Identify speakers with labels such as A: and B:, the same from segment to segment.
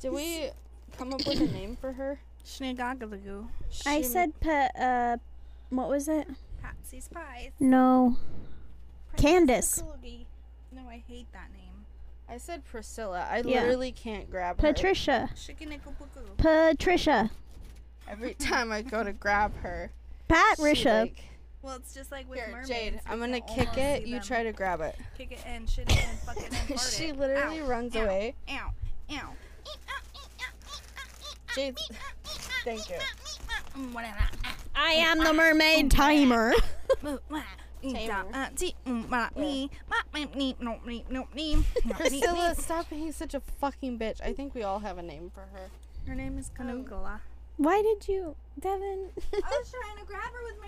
A: Did we come up with a name for her?
B: Shinigagalugu.
C: I
A: Shin-
C: said, pa- uh, what was it?
B: Patsy's Pies.
C: No. Candace.
B: Princess Kakulugi. No, I hate that name.
A: I said Priscilla. I
C: Yeah.
A: literally can't grab her.
C: Patricia.
B: Shikinikipuku.
C: Patricia.
A: Every time I go to grab her, she,
C: Patricia.
A: like-
B: Well, it's just like with
A: Here,
B: mermaids.
A: Jade,
B: you
A: I'm
B: can
A: gonna kick
B: almost
A: it.
B: see
A: You
B: them.
A: try to grab it.
B: kick it in, shit it in, fuck it in, fart
A: she
B: it.
A: literally
B: Ow,
A: runs
B: ow,
A: away.
B: Ow, ow.
A: Jade, thank you.
B: Mm, whatever.
C: I am the mermaid timer.
B: Boo, wah, ee, da,
A: Tamer.
B: uh, tee, mm, wah, nee, wah, nee, nee, no, nee, no, nee, no, nee,
A: Priscilla, stop being such a fucking bitch. I think we all have a name for her.
B: nee. Her name is Kanugala.
C: Why did you, Devin?
B: I was trying to grab her with my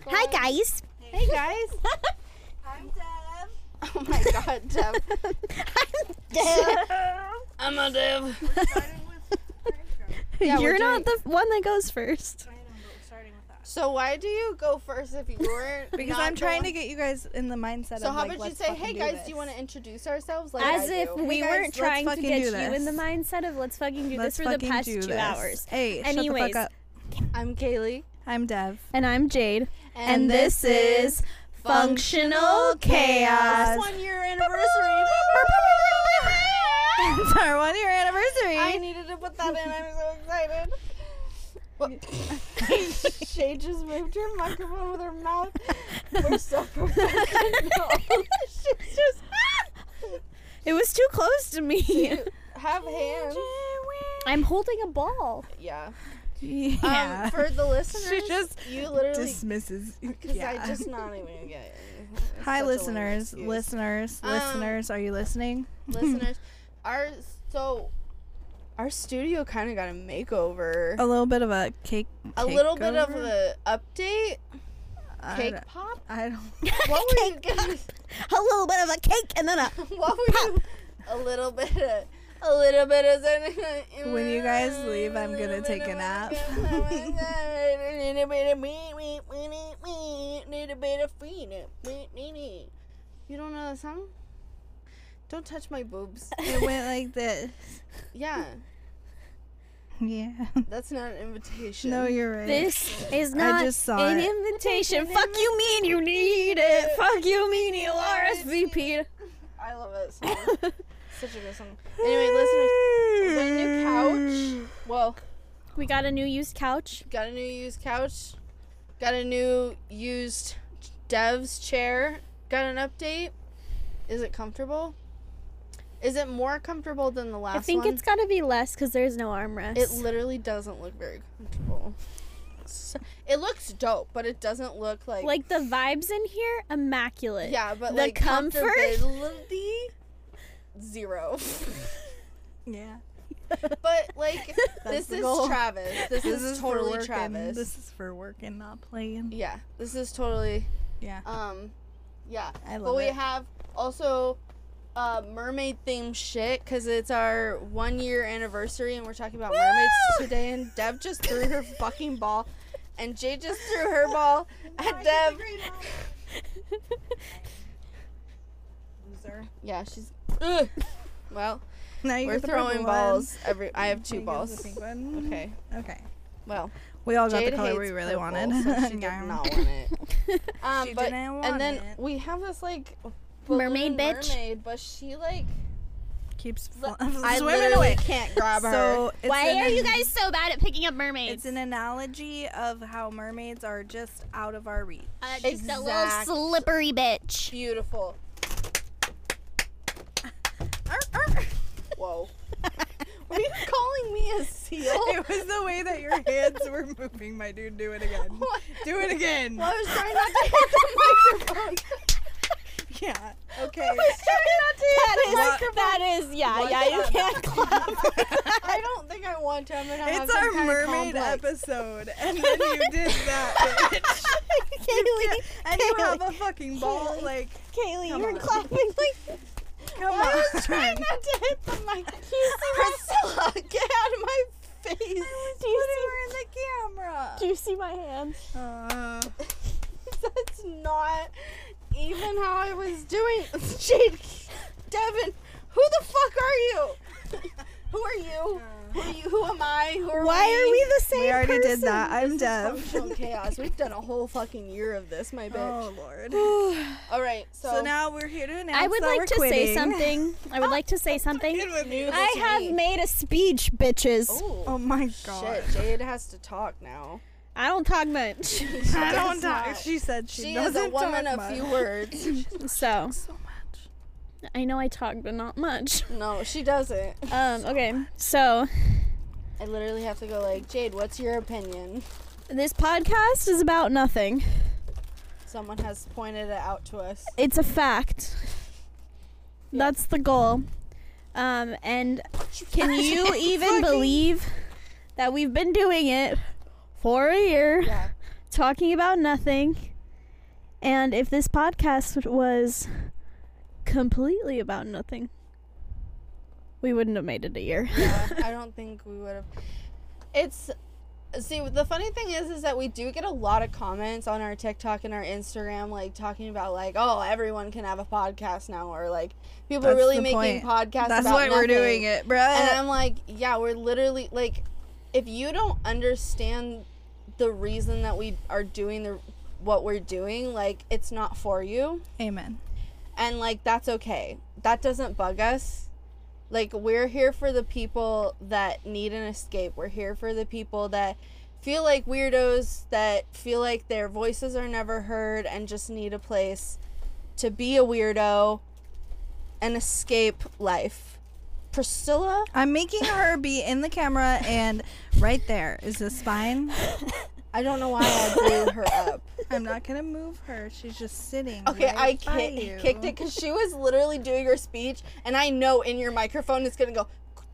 C: Hi, guys.
A: Hey guys.
B: I'm Dev.
A: oh my god, Deb. I'm a Deb.
B: Starting with
A: Yeah, we're
C: You're not
A: doing-
C: the one that goes first.
B: I know, but we're starting with us.
A: So why do you go first if you weren't?
B: Because
A: not
B: I'm trying
A: the
B: to get you guys in the mindset
A: one- So
B: of
A: how
B: like,
A: about you
B: let's
A: say,
B: fucking
A: "Hey guys, do you want to introduce ourselves?" Like
C: As
A: I
C: if
A: do.
C: we
B: guys,
C: weren't
B: let's
C: trying to
B: fucking
C: get
B: do
C: you in the
B: this.
C: mindset of let's fucking do
B: Let's
C: this for the
B: fucking
C: past
B: do
C: two
B: this.
C: hours.
B: Hey, shut the
C: Anyways.
B: fuck up.
A: I'm Kaylee,
B: I'm Dev.
C: And I'm Jade. And this is Functional Chaos.
A: One year anniversary.
B: it's our one year anniversary.
A: I needed to put that in. I'm so excited. Well, she just moved her microphone with her mouth. We're so professional. She's just
C: It was too close to me.
A: have hands.
C: I'm holding a ball.
A: Yeah.
B: yeah.
A: Um, for the listeners,
B: just
A: you literally
B: dismisses.
A: because
B: Yeah.
A: I just not even get. it. It's
B: Hi,
A: such a lame
B: listeners,
A: excuse.
B: listeners,
A: Um,
B: listeners. Are you listening?
A: listeners, our so our studio kind of got a makeover,
B: A little bit of a cake.
A: a little bit of a update. Cake pop.
B: I don't.
A: What were you guys?
C: A little bit of a cake and then a.
A: What were you? A little bit of. A little bit of
B: When you guys leave, I'm gonna take a nap.
A: you don't know that song? Don't touch my boobs.
B: It went like this.
A: Yeah,
B: Yeah.
A: that's not an invitation.
B: No, you're right.
C: This is not
B: just saw
C: an
B: it.
C: invitation. Fuck you mean you need it. Fuck you mean you RSVP.
A: I love that song. Such a good song. Anyway, listeners, the new couch. Well,
C: We got a new used couch.
A: got a new used couch. Got a new used dev's chair. Got an update. Is it comfortable? Is it more comfortable than the last
C: I think
A: one?
C: it's got to be less because there's no armrest.
A: It literally doesn't look very comfortable. So- it looks dope, but it doesn't look like
C: like the vibes in here, immaculate.
A: yeah, but
C: the
A: like
C: comfort?
A: comfortability zero.
B: Yeah.
A: But like
B: That's
A: this
B: the
A: is
B: goal.
A: Travis. This, is,
B: for
A: totally
B: working.
A: Travis.
B: This is for working, not playing. Oh,
A: yeah, this is totally
B: Yeah.
A: um yeah.
B: I love
A: But we
B: it.
A: have also uh, mermaid themed shit because it's our one year anniversary and we're talking about mermaids today. And Deb just threw her fucking ball, and Jay just threw her ball at Deb.
B: Loser.
A: Yeah, she's. Ugh. Well,
B: Now you
A: we're
B: get the purple
A: throwing
B: one.
A: balls. Every I have two
B: Now you get
A: balls.
B: the pink one.
A: Okay.
B: Okay.
A: Well,
B: We all got
A: Jade
B: the color
A: hates
B: we really
A: purple,
B: wanted.
A: so she did
B: Yeah.
A: not want it. Um,
B: She
A: but,
B: didn't want
A: and then
B: it.
A: we have this like balloon
C: Mermaid bitch.
A: mermaid, but she like
B: Keeps fl-
A: Look, I
B: swimming
A: literally
B: away.
A: can't grab her.
B: So it's
C: Why
B: an-
C: are you guys so bad at picking up mermaids?
B: It's an analogy of how mermaids are just out of our reach.
C: uh, just a little
A: Exact-
C: slippery bitch.
A: beautiful. Whoa. Were you calling me a seal?
B: It was the way that your hands were moving, my dude. Do it again.
A: What?
B: Do it again.
A: Well, I was trying not to hit the microphone.
B: Yeah. Okay.
C: That
B: the microphone.
C: that is, yeah,
A: What
C: yeah, you
A: the-
C: can't clap.
A: I don't think I want to. I'm gonna have
B: It's
A: some
B: our
A: kind of
B: mermaid
A: complex.
B: episode, and then you did that. bitch.
C: Kaylee,
B: and you have a fucking ball.
C: Kaylee.
B: Like,
C: Kaylee,
B: Come
C: you were
B: on.
C: clapping like
B: come
A: I
B: on.
A: was trying not to hit the mic. Priscilla, get out of my face.
C: do you, see,
B: We're in the camera.
C: do you see my hand?
B: Uh,
A: That's not even how I was doing. Jade, Deb you? Who, are you? who am I? Who are
C: Why are we the same
B: We already
C: person?
B: did that. I'm deaf.
A: Functional chaos. We've done a whole fucking year of this, my bitch.
B: Oh lord.
A: All right, so,
B: Oh. So, now we're here to announce
C: I would
B: that
C: like
B: we're
C: to say
B: quitting.
C: something. I would like to say something.
B: Good with
A: New
B: you.
A: to
C: I have
A: me.
C: made a speech, bitches.
A: Ooh,
B: Oh my god.
A: shit, Jade has to talk now.
C: I don't talk much.
B: I don't
A: does not.
B: talk. She said she,
A: She is
B: doesn't
A: a woman
B: talk
A: of
B: much.
A: few words.
C: so
B: So much.
C: I know I talk, but not much.
A: No, she doesn't.
C: Um, okay, so
A: I literally have to go like, Jade, what's your opinion?
C: this podcast is about nothing.
A: Someone has pointed it out to us.
C: It's a fact.
A: Yeah.
C: That's the goal. Um, and can you even
B: Fucking-
C: believe that we've been doing it for a year?
A: Yeah.
C: talking about nothing. And if this podcast was completely about nothing, we wouldn't have made it a year.
A: yeah, I don't think we would have. It's see the funny thing is is that we do get a lot of comments on our TikTok and our Instagram, like talking about like, oh, everyone can have a podcast now, or like people are
B: That's
A: really
B: the
A: making
B: point.
A: podcasts.
B: That's
A: about
B: why we're
A: nothing."
B: doing it, Uh, bruh.
A: And I'm like, yeah, we're literally like, if you don't understand the reason that we are doing the what we're doing, like it's not for you
B: Amen.
A: and like that's okay that doesn't bug us like we're here for the people that need an escape we're here for the people that feel like weirdos that feel like their voices are never heard and just need a place to be a weirdo and escape life priscilla
B: I'm making her be in the camera and right there is this spine.
A: i don't know why i blew her up
B: I'm not gonna move her. She's just sitting.
A: okay i
B: right by
A: ki-
B: you.
A: kicked it because she was literally doing her speech and i know in your microphone it's gonna go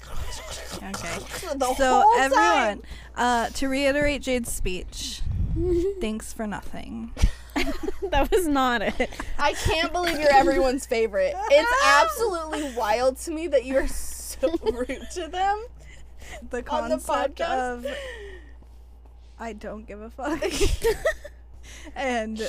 B: Okay.
A: the
B: So
A: whole time.
B: everyone, uh, to reiterate Jade's speech, thanks for nothing.
C: that was not it.
A: I can't believe you're everyone's favorite. It's absolutely wild to me that you're so rude to them.
B: The
A: On the
B: concept
A: podcast?
B: of I don't give a fuck and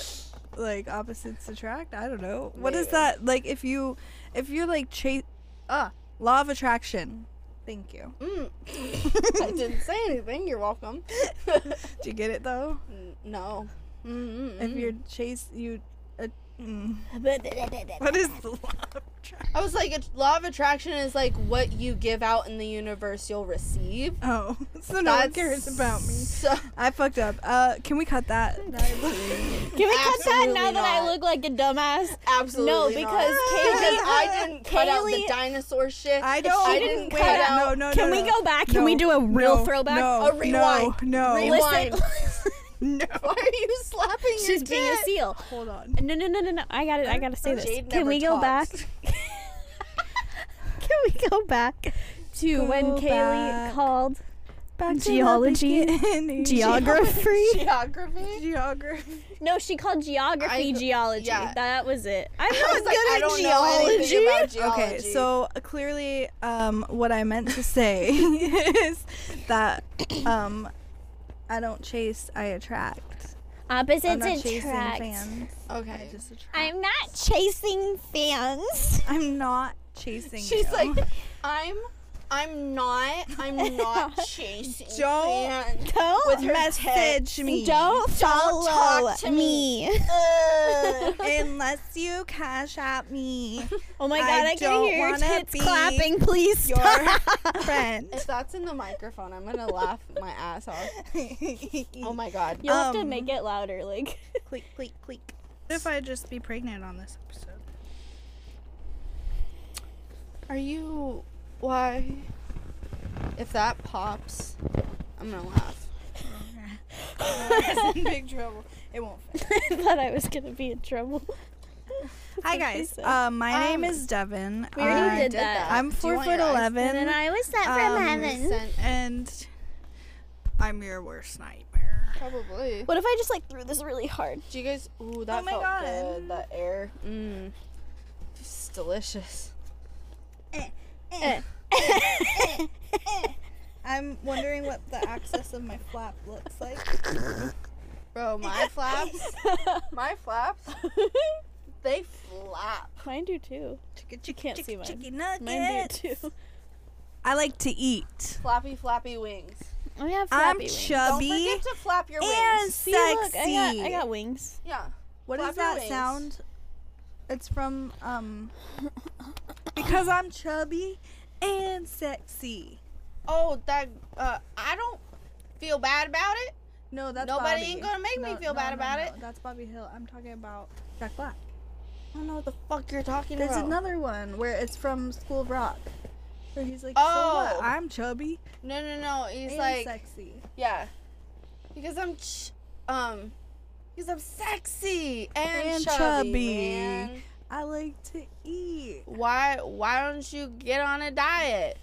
B: like opposites attract. I don't know. What is
A: Maybe.
B: that? Like if you if you're like chase ah law of attraction. Thank you.
A: Mm. I didn't say anything. You're welcome.
B: Do you get it though?
A: N- no. Mm-hmm. Mm-mm-mm.
B: If you're chase you. Uh, mm. What is the law of attraction?
A: I was like, it's- law of attraction is like what you give out in the universe, you'll receive.
B: Oh, so no one
A: That's
B: cares about me.
A: So,
B: I fucked up. Uh, can we cut that?
C: Can we cut that now
A: Absolutely
C: that I
A: not.
C: look like a dumbass?
A: absolutely.
C: No,
A: not.
C: because Kaylee-
A: Because I didn't cut out the
C: Kaylee-
A: dinosaur shit.
B: I don't.
A: I didn't
B: wait,
A: cut out.
B: No, no,
C: Can
B: no,
C: we
B: no.
C: go back? Can we
B: No,
C: do a real
B: no,
C: throwback?
B: No,
C: Oh,
A: A rewind.
B: No, no,
A: Rewind.
C: Listen,
B: no.
A: Why are you slapping
C: she's
A: your
C: being a
A: dick?
C: seal.
B: Hold on.
C: No, no, no, no, no. I got it. I gotta
B: Oh,
C: say this.
A: Jade
C: Can
A: never
C: we go back?
A: talks.
C: Can we go back to when
B: Go
C: Kaylee
B: back.
C: called
B: Back
C: Geology?
B: To the beginning.
C: geography?
A: Geography?
B: Geography.
C: no, she called geography
A: I-
C: geology.
A: yeah.
C: That was it. I'm
A: I was
C: not
A: like, I
C: good
A: don't know
C: at
A: anything
C: geology.
A: about geology.
B: Okay, so uh, clearly, um, what I meant to say is that um, I don't chase, I attract. I'm not
C: Opposites
B: chasing
C: attract.
B: fans. I
A: okay.
B: just attract.
C: I'm not chasing fans.
B: I'm not chasing.
A: She's
B: you.
A: like, I'm, I'm not, I'm not chasing.
B: Don't-
A: fans."
C: Don't
A: With her
B: message me.
C: Don't follow
A: Don't talk to
C: me.
A: Ugh.
B: Uh, unless you cash at me
C: Oh my
B: I
C: god, I, can
B: don't
C: hear your
B: wanna
C: tits
B: be
C: clapping. Please
B: your
C: stop.
B: friend.
A: if that's in the microphone, I'm gonna laugh my ass off. Oh my god.
C: You'll have to
B: Um,
C: make it louder. Like
B: click, click, click. What if I just be pregnant on this episode?
A: Are you? Why? If that pops, I'm gonna laugh.
B: That's in big trouble. It won't. Fit.
C: I thought I was gonna be in trouble.
B: Hi
C: what she
B: guys.
C: said.
B: Uh, my name
A: Um,
B: is Devin.
C: We already
B: I,
C: did that.
B: I'm
A: Do you
B: four
A: want
B: foot
A: your eyes
B: eleven, and,
C: I was sent
B: um,
A: Sent,
B: I'm your worst nightmare.
A: probably.
C: What if I just like threw this really hard?
A: Do you guys? Ooh, that
B: my
A: felt
B: God.
A: good. That air. Mmm. It's delicious.
C: Eh.
B: I'm wondering what the access of my flap looks like.
A: Bro, my flaps, my flaps, they flap.
C: Mine do too.
B: Chicken,
C: You can't see mine.
B: Chicken
C: Mine
B: nuggets.
C: do too.
B: I like to eat.
A: Flappy, flappy wings.
C: I Oh, have
B: I'm
C: flappy wings.
A: Don't
B: chubby
A: forget to flap your
B: and
A: wings.
C: See,
B: sexy.
C: look, I got, I got wings.
A: Yeah.
B: What
A: Flap
B: is
A: your
B: that
A: wings.
B: sound? It's from um because I'm chubby and sexy.
A: Oh, that. Uh, I don't feel bad about it.
B: No, that's
A: Nobody
B: Bobby.
A: ain't gonna make me feel bad about it.
B: That's Bobby Hill. I'm talking about Jack Black.
A: I don't know what the fuck you're talking
B: There's
A: about.
B: another one where it's from School of Rock, where he's like, "So
A: Oh.
B: what? I'm chubby
A: no, no, no. He's
B: and
A: like,
B: sexy."
A: yeah, because I'm, ch- um, because I'm sexy and,
B: And
A: chubby.
B: chubby.
A: man.
B: I like to eat.
A: Why? Why don't you get on a diet?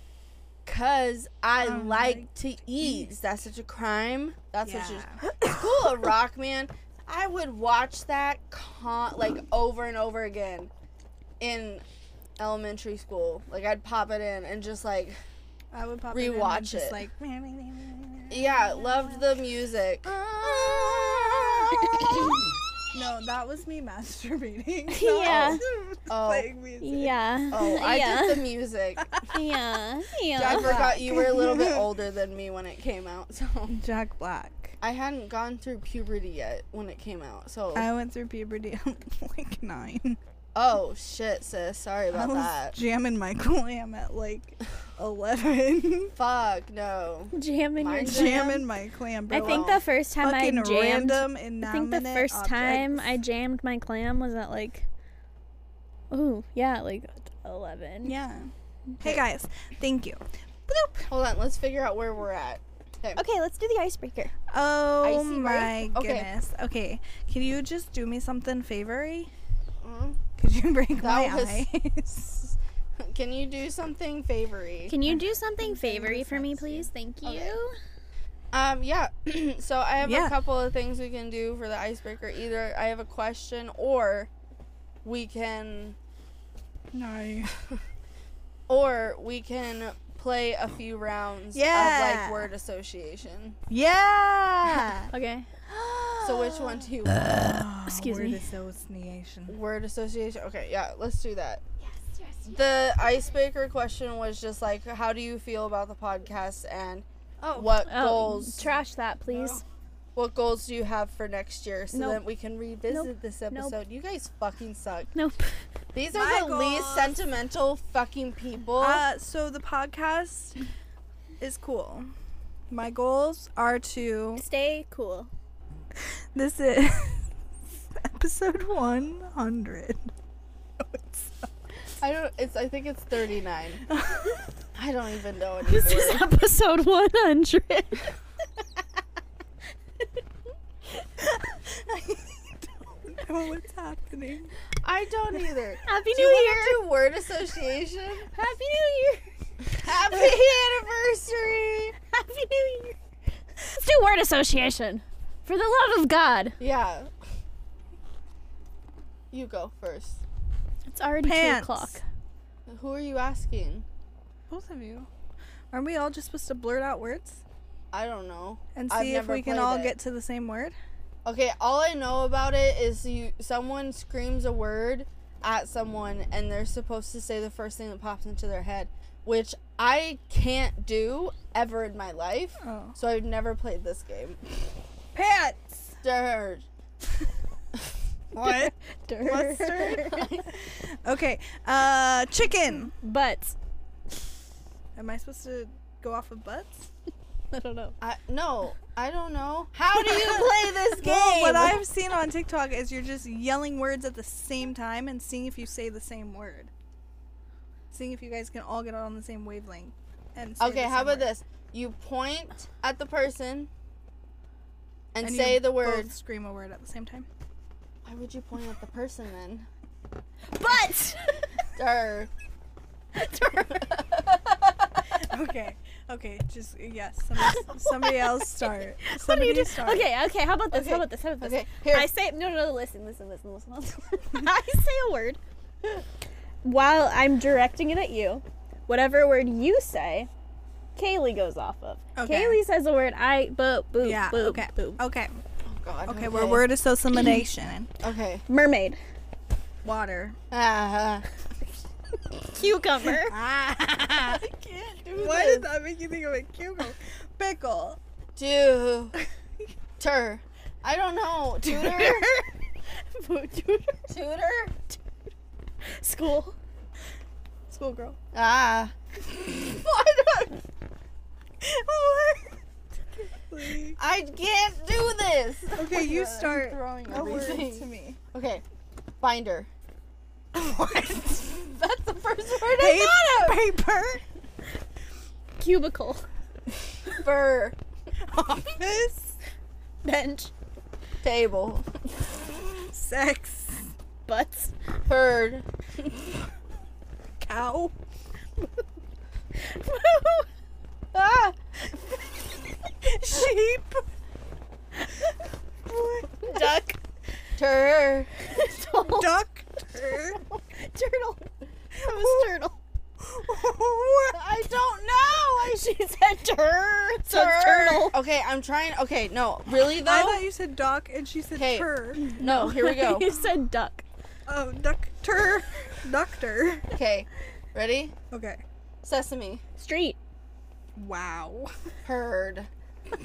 A: Cause I
B: I
A: like,
B: like
A: to eat. Is that such a crime? That's such
B: Yeah.
A: a School of Rock, man. I would watch that con like over and over again in elementary school. Like I'd pop it in and just like
B: I would pop it. in and
A: Rewatch
B: just,
A: it.
B: Like,
A: yeah, loved the music. Oh,
B: no, that was me masturbating.
C: Yeah.
A: Oh.
B: Playing music.
C: Yeah.
A: Oh, I
C: yeah.
A: did the music.
C: yeah. Yeah.
A: I forgot you were a little bit older than me when it came out, so
B: Jack Black.
A: I hadn't gone through puberty yet when it came out. So
B: I went through puberty at like nine.
A: oh shit, sis, sorry
B: I
A: about
B: was
A: that.
B: jamming Michael Lamb at like eleven.
A: Fuck no.
C: jamming your
A: Mine
C: jam.
B: jamming my clam, bro.
C: I think the first time I
B: fucking
C: jammed.
B: random
C: I think the first time I jammed my clam was at like, oh yeah, like eleven.
B: Yeah. Hey guys, thank you. Bloop.
A: Hold on, let's figure out where we're at.
C: Okay, let's do the icebreaker.
B: Oh
A: Icy,
B: my
A: right? Okay.
B: goodness. Okay. Can you just do me something favory?
A: Mm.
B: Could you break my
A: That was-
B: eyes?
A: Can you do something favory?
C: Can you do something
B: favory for me, please?
C: Thank
A: you. Um, yeah. so I have
B: Yeah.
A: a couple of things we can do for the icebreaker. Either I have a question, or we can,
B: no.
A: or we can play a few rounds of
B: Yeah.
A: like word association.
B: Yeah.
C: Okay.
A: So which one do you want?
C: Excuse
B: Word
C: me.
B: association.
A: word association? Okay, yeah, let's do that. The icebreaker question was just like, how do you feel about the podcast and
B: Oh.
A: what
C: Oh,
A: goals?
C: Trash that, please.
A: what goals do you have for next year? So
C: Nope.
A: then we can revisit
C: Nope.
A: this
C: Nope.
A: episode. You guys fucking suck.
C: Nope.
A: These are
B: My
A: the
B: goals.
A: least sentimental fucking people.
B: Uh, so the podcast is cool. My goals are to.
C: Stay cool.
B: This is episode 100. No, it's
A: I don't. It's. I think it's thirty nine.
B: not.
A: I don't even know anymore.
C: This is episode one hundred.
B: I don't know Oh, what's happening.
A: I don't either.
C: Happy
A: do you
C: New Year.
A: want to do word association?
C: Happy New Year.
A: Happy anniversary.
C: Happy New Year. Let's do word association. For the love of God.
A: Yeah. You go first.
C: It's already
B: Pants.
C: two o'clock.
A: Who are you asking?
B: Both of you. Aren't we all just supposed to blurt out words
A: I don't know.
B: and
A: I've
B: see if
A: never
B: we can
A: played
B: all
A: it.
B: get to the same word?
A: Okay, all I know about it is you someone screams a word at someone and they're supposed to say the first thing that pops into their head, which I can't do ever in my life.
B: Oh.
A: So I've never played this game.
B: Pants!
A: Dirt.
B: What? What's okay. Uh, chicken.
C: Butts.
B: Am I supposed to go off of butts?
C: I don't know.
A: I, no, I don't know. How do you play this game?
B: Well, what I've seen on TikTok is you're just yelling words at the same time and seeing if you say the same word. Seeing if you guys can all get on the same wavelength. And say
A: Okay,
B: the
A: how
B: same
A: about
B: word.
A: this? You point at the person and,
B: you
A: say the
B: both
A: word.
B: Scream a word at the same time.
A: Why would you point at the person then?
C: Butts!
A: Durr.
B: okay. Okay. Just yes. Somebody, somebody else start.
C: What are
B: Somebody
C: you doing?
B: start.
C: Okay, okay, how about this?
A: Okay,
C: How about this? How about this?
A: okay, here.
C: I say no, no, no, listen, listen, listen, listen. listen. I say a word while I'm directing it at you. Whatever word you say, Kaylee goes off of.
B: Okay.
C: Kaylee says a word. I boop boop
B: Yeah.
C: boop
B: okay.
C: boop.
B: Okay.
A: Oh God.
B: Okay. We're word association.
A: Okay.
C: Mermaid.
B: Water.
A: Ah, ah.
C: Cucumber.
B: I can't do Why did that make you think of a cucumber? Pickle.
A: Do. Tur. I don't know. Tutor? Tutor?
C: School.
B: Schoolgirl.
A: Ah. Why do
B: Please.
A: I, I can't do this.
B: Okay, you
A: I'm
B: start
A: throwing
B: a word
A: everything.
B: to me.
A: Okay. Binder.
B: What?
A: That's the first word
B: Paper?
A: I thought of.
B: Paper?
C: Cubicle.
A: Fur.
B: Office?
C: Bench.
A: Table.
B: Sex?
C: Butts.
A: Herd.
B: Cow?
A: Ah.
B: Sheep? What?
C: Duck.
A: Tur.
C: Turtle.
B: Duck? Tur?
C: Turtle. It was turtle.
B: What?
A: I don't know. I
C: She said tur. So it's
A: Tur.
C: turtle.
A: Okay, I'm trying. Okay, no, really though.
B: I thought you said duck and she said
A: Okay.
B: tur.
A: no, here we go.
C: you said duck.
B: Oh, duck tur. Doctor.
A: Okay, ready?
B: Okay.
A: Sesame.
C: Street.
B: Wow.
A: Herd.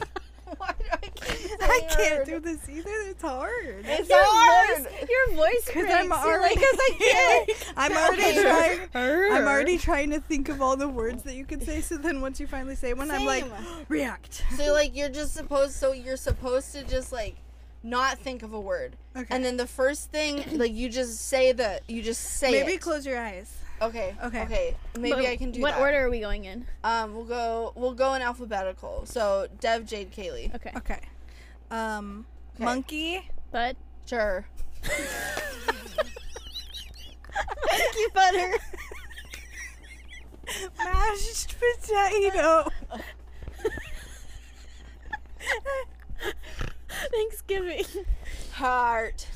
A: Why do I keep saying
B: I can't
A: herd?
B: do this either. It's hard.
A: It's
C: Your
A: hard.
C: voice. Your voice.
B: Because I'm
C: breaks.
B: already.
A: Because I can't.
B: I'm already
A: Okay.
B: trying.
C: Her.
B: I'm already trying to think of all the words that you could say. So then once you finally say one, I'm like,
A: Same.
B: react.
A: so like you're just supposed. So you're supposed to just like not think of a word.
B: Okay.
A: And then the first thing, like you just say the, you just say
B: maybe
A: it.
B: close your eyes.
A: okay.
B: Okay.
A: Okay. Maybe
C: But
A: I can do
C: What
A: that.
C: order are we going in?
A: Um, we'll go. We'll go in alphabetical. So Dev, Jade, Kaylee.
C: Okay.
B: Okay. Um,
A: Okay.
B: monkey.
C: But
A: Sure.
C: monkey butter.
B: Mashed potato.
C: Thanksgiving.
A: Heart.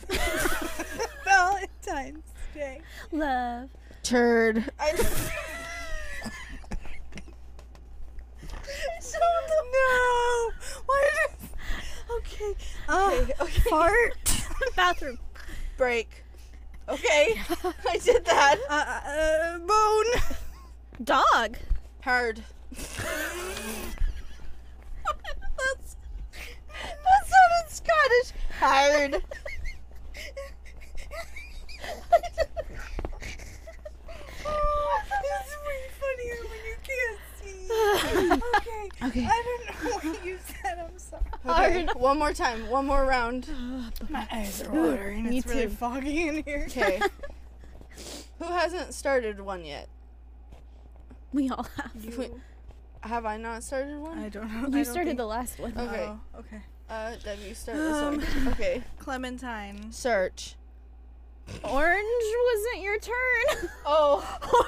B: Valentine's Day.
C: Love.
A: Turd. I
B: no. Why did? Okay. Uh, Fart.
C: Bathroom.
A: break. Okay. I did that.
B: Uh, uh, bone.
C: Dog.
A: Hard. that's that's not in Scottish. Hard.
B: it's way funnier when you can't see. okay.
A: Okay.
B: I don't know what you said. I'm sorry.
A: Okay,
C: Hard.
A: One more time. One more round.
B: My eyes are watering.
C: Me
B: it's really
C: too.
B: foggy in here.
A: Okay. Who hasn't started one yet?
C: We all have.
A: Wait, Have I not started one?
B: I don't know. I
C: You
B: don't
C: started
B: think-
C: the last one.
A: okay.
B: Oh, okay.
A: Uh, Deb, you start this
B: Um.
A: one. Okay.
B: Clementine.
A: Search.
C: Orange wasn't your turn.
A: Oh.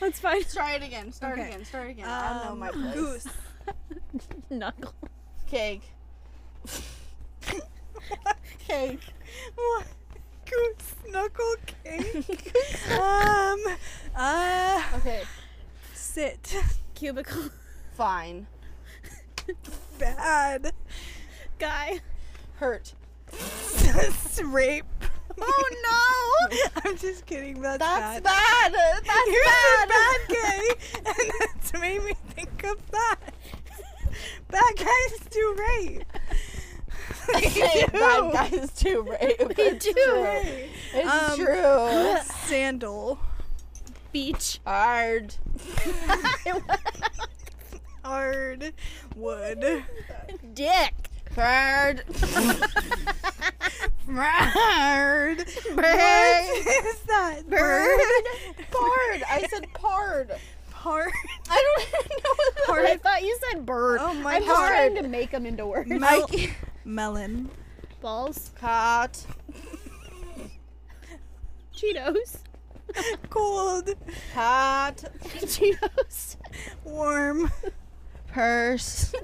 C: That's fine.
A: Try it again. Start
B: Okay.
A: again. Start again. I don't know my
B: Um,
A: place.
B: Goose.
C: Knuckle.
A: Cake.
B: Cake. What? Goose knuckle cake. um. Uh.
A: Okay.
B: Sit.
C: Cubicle.
A: Fine.
B: Bad.
C: Guy.
A: Hurt.
B: Rape. Oh no! I'm just kidding. That's,
A: That's
B: bad.
A: bad. That's
B: You're
A: bad.
B: the bad guy, and that's made me think of that. Bad guys do rape.
A: Hey, bad guys do rape. It's
C: do.
A: True. It's
B: Um,
A: true.
B: Sandal.
C: Beach.
A: Hard.
B: Hard wood.
C: Dick.
A: Hard.
B: Bird. What
A: Bird.
B: is that? Bird.
A: Pard. I said pard.
B: Hard.
A: I don't even know what that
C: I thought you said bird.
B: Oh my
C: I'm just
B: hard.
C: trying to make them into words.
B: Mel- melon.
C: Balls.
A: Caught.
C: Cheetos.
B: Cold.
A: Caught.
C: Cheetos.
B: Warm.
A: Purse.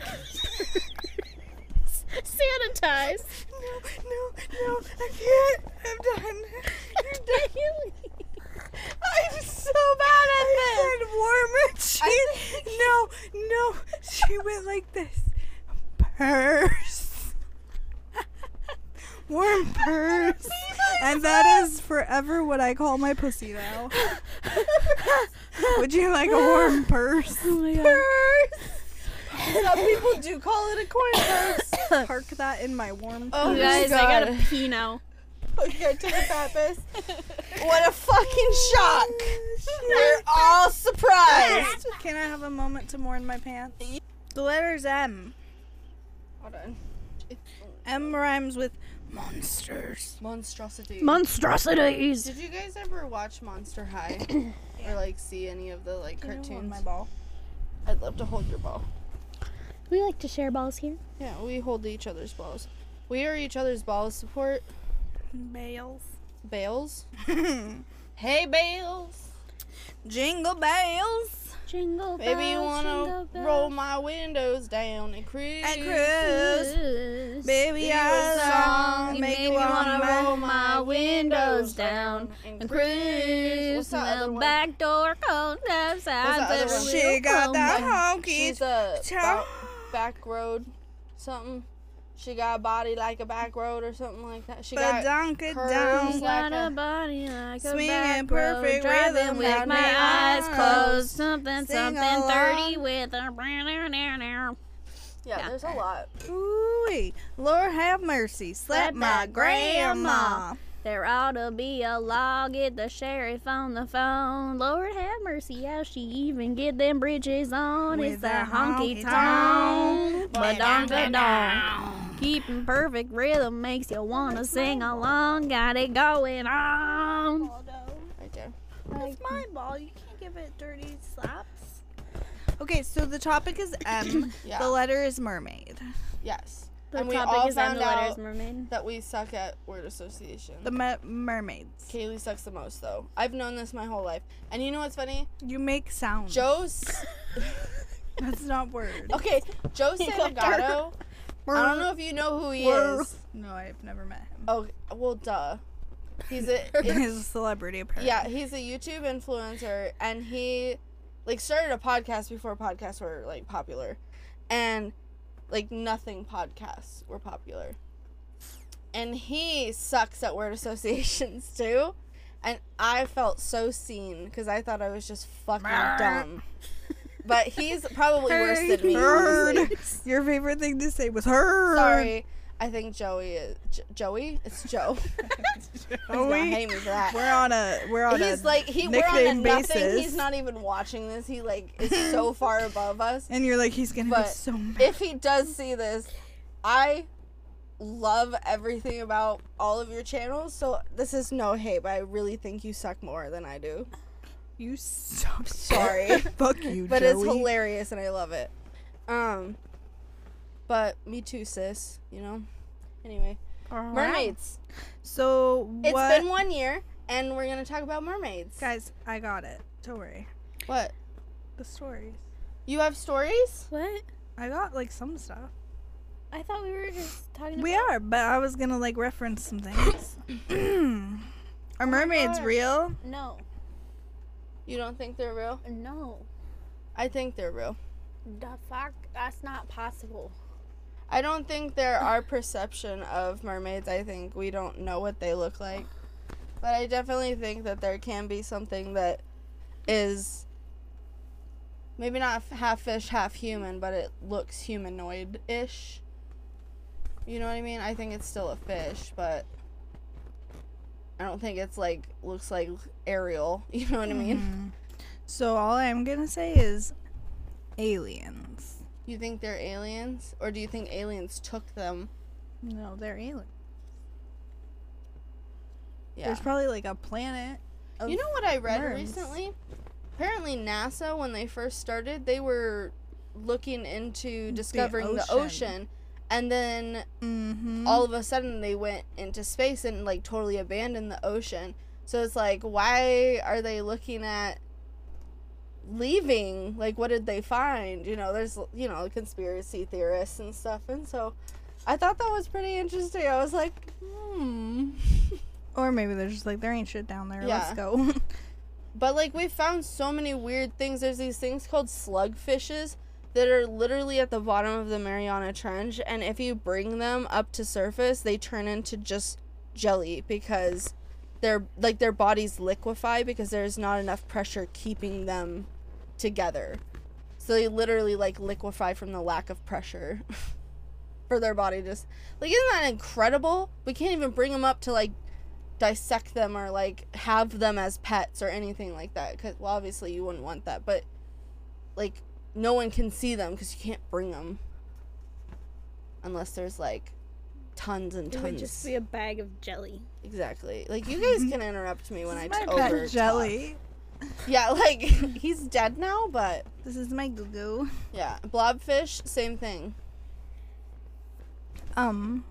C: Sanitize.
B: No, no, no. I can't. I'm done.
A: I'm so bad at this.
B: And warm. and She, no, no. She went like this. Purse. Warm purse. And that is forever what I call my pussy now. Would you like a warm purse?
C: Oh my god.
B: Some people do call it a coin purse. Park that in my warm purse.
A: Oh,
C: You
A: my
C: guys, I gotta
A: God.
C: pee now.
B: Okay, to the purpose.
A: What a fucking shock! We're all surprised.
B: Can I have a moment to mourn my pants? The letter's M.
A: Hold on.
B: M rhymes with monsters.
A: Monstrosity.
C: Monstrosities.
A: Did you guys ever watch Monster High or like see any of the like cartoons?
B: My ball.
A: I'd love to hold your ball.
C: We like to share balls here.
A: Yeah, we hold each other's balls. We are each other's ball support.
B: Bales.
A: Bales. hey, Bales.
B: Jingle bells.
C: Jingle bells.
A: Maybe you wanna roll my windows down and cruise.
B: And cruise.
C: Cruise.
B: Baby,
A: Sing a
B: I
A: song,
B: song.
C: You
B: Make
C: make
B: you
C: me
B: wanna
C: wanna
B: roll.
C: roll my windows down and cruise.
A: What's that
C: And
A: other
C: the
A: one?
C: back door cold outside.
A: other
C: but
A: one?
C: we'll
B: She got
C: come
B: that
C: back.
B: honky
A: She's a
B: tonk.
A: back, back road, something. She got a body like a back road or something like that. She got
B: Badonka
A: curves.
B: down.
A: She's like
C: Got a
A: a-
C: body like a
B: Swinging
C: back
B: perfect
C: road, driving
B: rhythm that
C: with my
B: we
C: eyes
B: love.
C: closed. Something,
B: Sing
C: something
B: along.
C: thirty with a.
A: yeah,
C: yeah.
A: There's a lot.
B: Ooh, Lord have mercy. Slap
C: Slap
B: my
C: that
B: grandma.
C: grandma. There ought to be a law. Get the sheriff on the phone. Lord have mercy, how she even get them bridges on?
B: With
C: it's
B: a
C: a honky
B: honky-tonk.
C: tonk, but don't Keeping perfect rhythm makes you wanna sing along. Got it going on.
A: Right there.
B: It's my ball. You can't give it dirty slaps. Okay, so the topic is M.
A: Yeah.
B: The letter is mermaid.
A: yes.
C: The
A: and we all
C: topic is on
A: found
C: the letters
A: out
C: mermaid.
A: that we suck at word association.
B: The me- mermaids.
A: Kaylee sucks the most though. I've known this my whole life. And you know what's funny?
B: You make
C: Mm.
B: sounds.
A: Joe's
B: That's not word.
A: okay. Joe
C: He looked
A: Santagato. I don't know if you know who he is.
B: No, I've never met him.
A: Oh well, duh. He's a it's-
B: He's a celebrity apparently.
A: yeah. He's a YouTube influencer, and he like started a podcast before podcasts were like popular, and like nothing podcasts were popular. And he sucks at word associations too. And I felt so seen because I thought I was just fucking dumb. But he's probably worse than me.
B: Heard.
A: honestly.
B: Your favorite thing to say was her.
A: Sorry. I think Joey is J- Joey. It's Joe. He's gonna hate me for that.
B: Oh, We're on a we're on
A: He's
B: a
A: like he we're on a
B: nickname
A: nothing.
B: basis.
A: He's not even watching this. He like is so far above us.
B: and you're like he's gonna be
A: But
B: so mad.
A: If he does see this, I love everything about all of your channels. So this is no hate, but I really think you suck more than I do.
B: you suck.
A: Sorry.
B: Fuck you,
A: but
B: Joey.
A: it's hilarious and I love it. Um but me too, sis, you know. Anyway,
B: Alright.
A: mermaids.
B: So
A: It's
B: what?
A: been one year, and we're gonna talk about mermaids.
B: Guys, I got it. Don't worry.
A: What?
B: The stories.
A: You have stories?
C: What?
B: I got like some stuff.
C: I thought we were just talking
B: We
C: about
B: are, but I was gonna like reference some things. are mermaids
A: gosh.
B: real?
C: No.
A: You don't think they're real?
C: No.
A: I think they're real.
C: The fuck that's not possible.
A: I don't think they're our perception of mermaids. I think we don't know what they look like. But I definitely think that there can be something that is maybe not f- half fish, half human, but it looks humanoid ish. You know what I mean? I think it's still a fish, but I don't think it's like looks like Ariel. You know what I mean?
B: Mm-hmm. So all I'm gonna say is aliens.
A: You think they're aliens, or do you think aliens took them?
B: No, they're aliens.
A: Yeah.
B: There's probably like a planet. of-
A: you know what I read
B: worms.
A: recently? Apparently, NASA, when they first started, they were looking into discovering the ocean,
B: ocean.
A: and then
B: Mhm.
A: all of a sudden they went into space and like totally abandoned the ocean. So it's like, why are they looking at leaving? Like, what did they find? You know, there's you know conspiracy theorists and stuff, and so I thought that was pretty interesting. I was like, hmm.
B: or maybe they're just like there ain't shit down there. Let's
A: Yeah.
B: go.
A: But like we found so many weird things. There's these things called slugfishes that are literally at the bottom of the Mariana Trench, and if you bring them up to surface, they turn into just jelly because their like their bodies liquefy because there's not enough pressure keeping them together. So they literally like liquefy from the lack of pressure for their body just like isn't that incredible? We can't even bring them up to like dissect them or like have them as pets or anything like that cuz well obviously you wouldn't want that, but like no one can see them cuz you can't bring them unless there's like tons and
C: It
A: tons
C: would just be a bag of jelly.
A: Exactly. Like you guys can interrupt me when I
B: my
A: t- over
B: pet jelly.
A: Yeah, like he's dead now, but
B: This is my goo goo.
A: yeah, blobfish, same thing.
B: Um,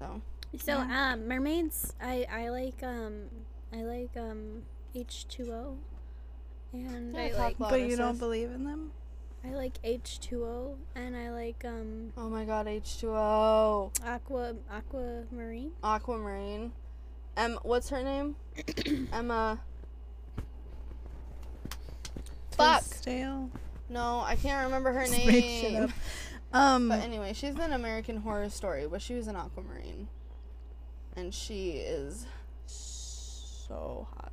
A: So
C: So um mermaids I I like um I like um H2O and
A: Yeah,
C: I
A: cock
C: like
A: block.
B: but you don't
A: Bonuses.
B: believe in them.
C: I like H2O and I like um
A: oh my god, H two O,
C: aqua aquamarine.
A: Aquamarine, Em. What's her name? Emma. Fuck.
B: Stale.
A: No, I can't remember her
B: Just make shit
A: name.
B: up. Um,
A: But anyway, she's in American Horror Story, but she was an Aquamarine, and she is so hot.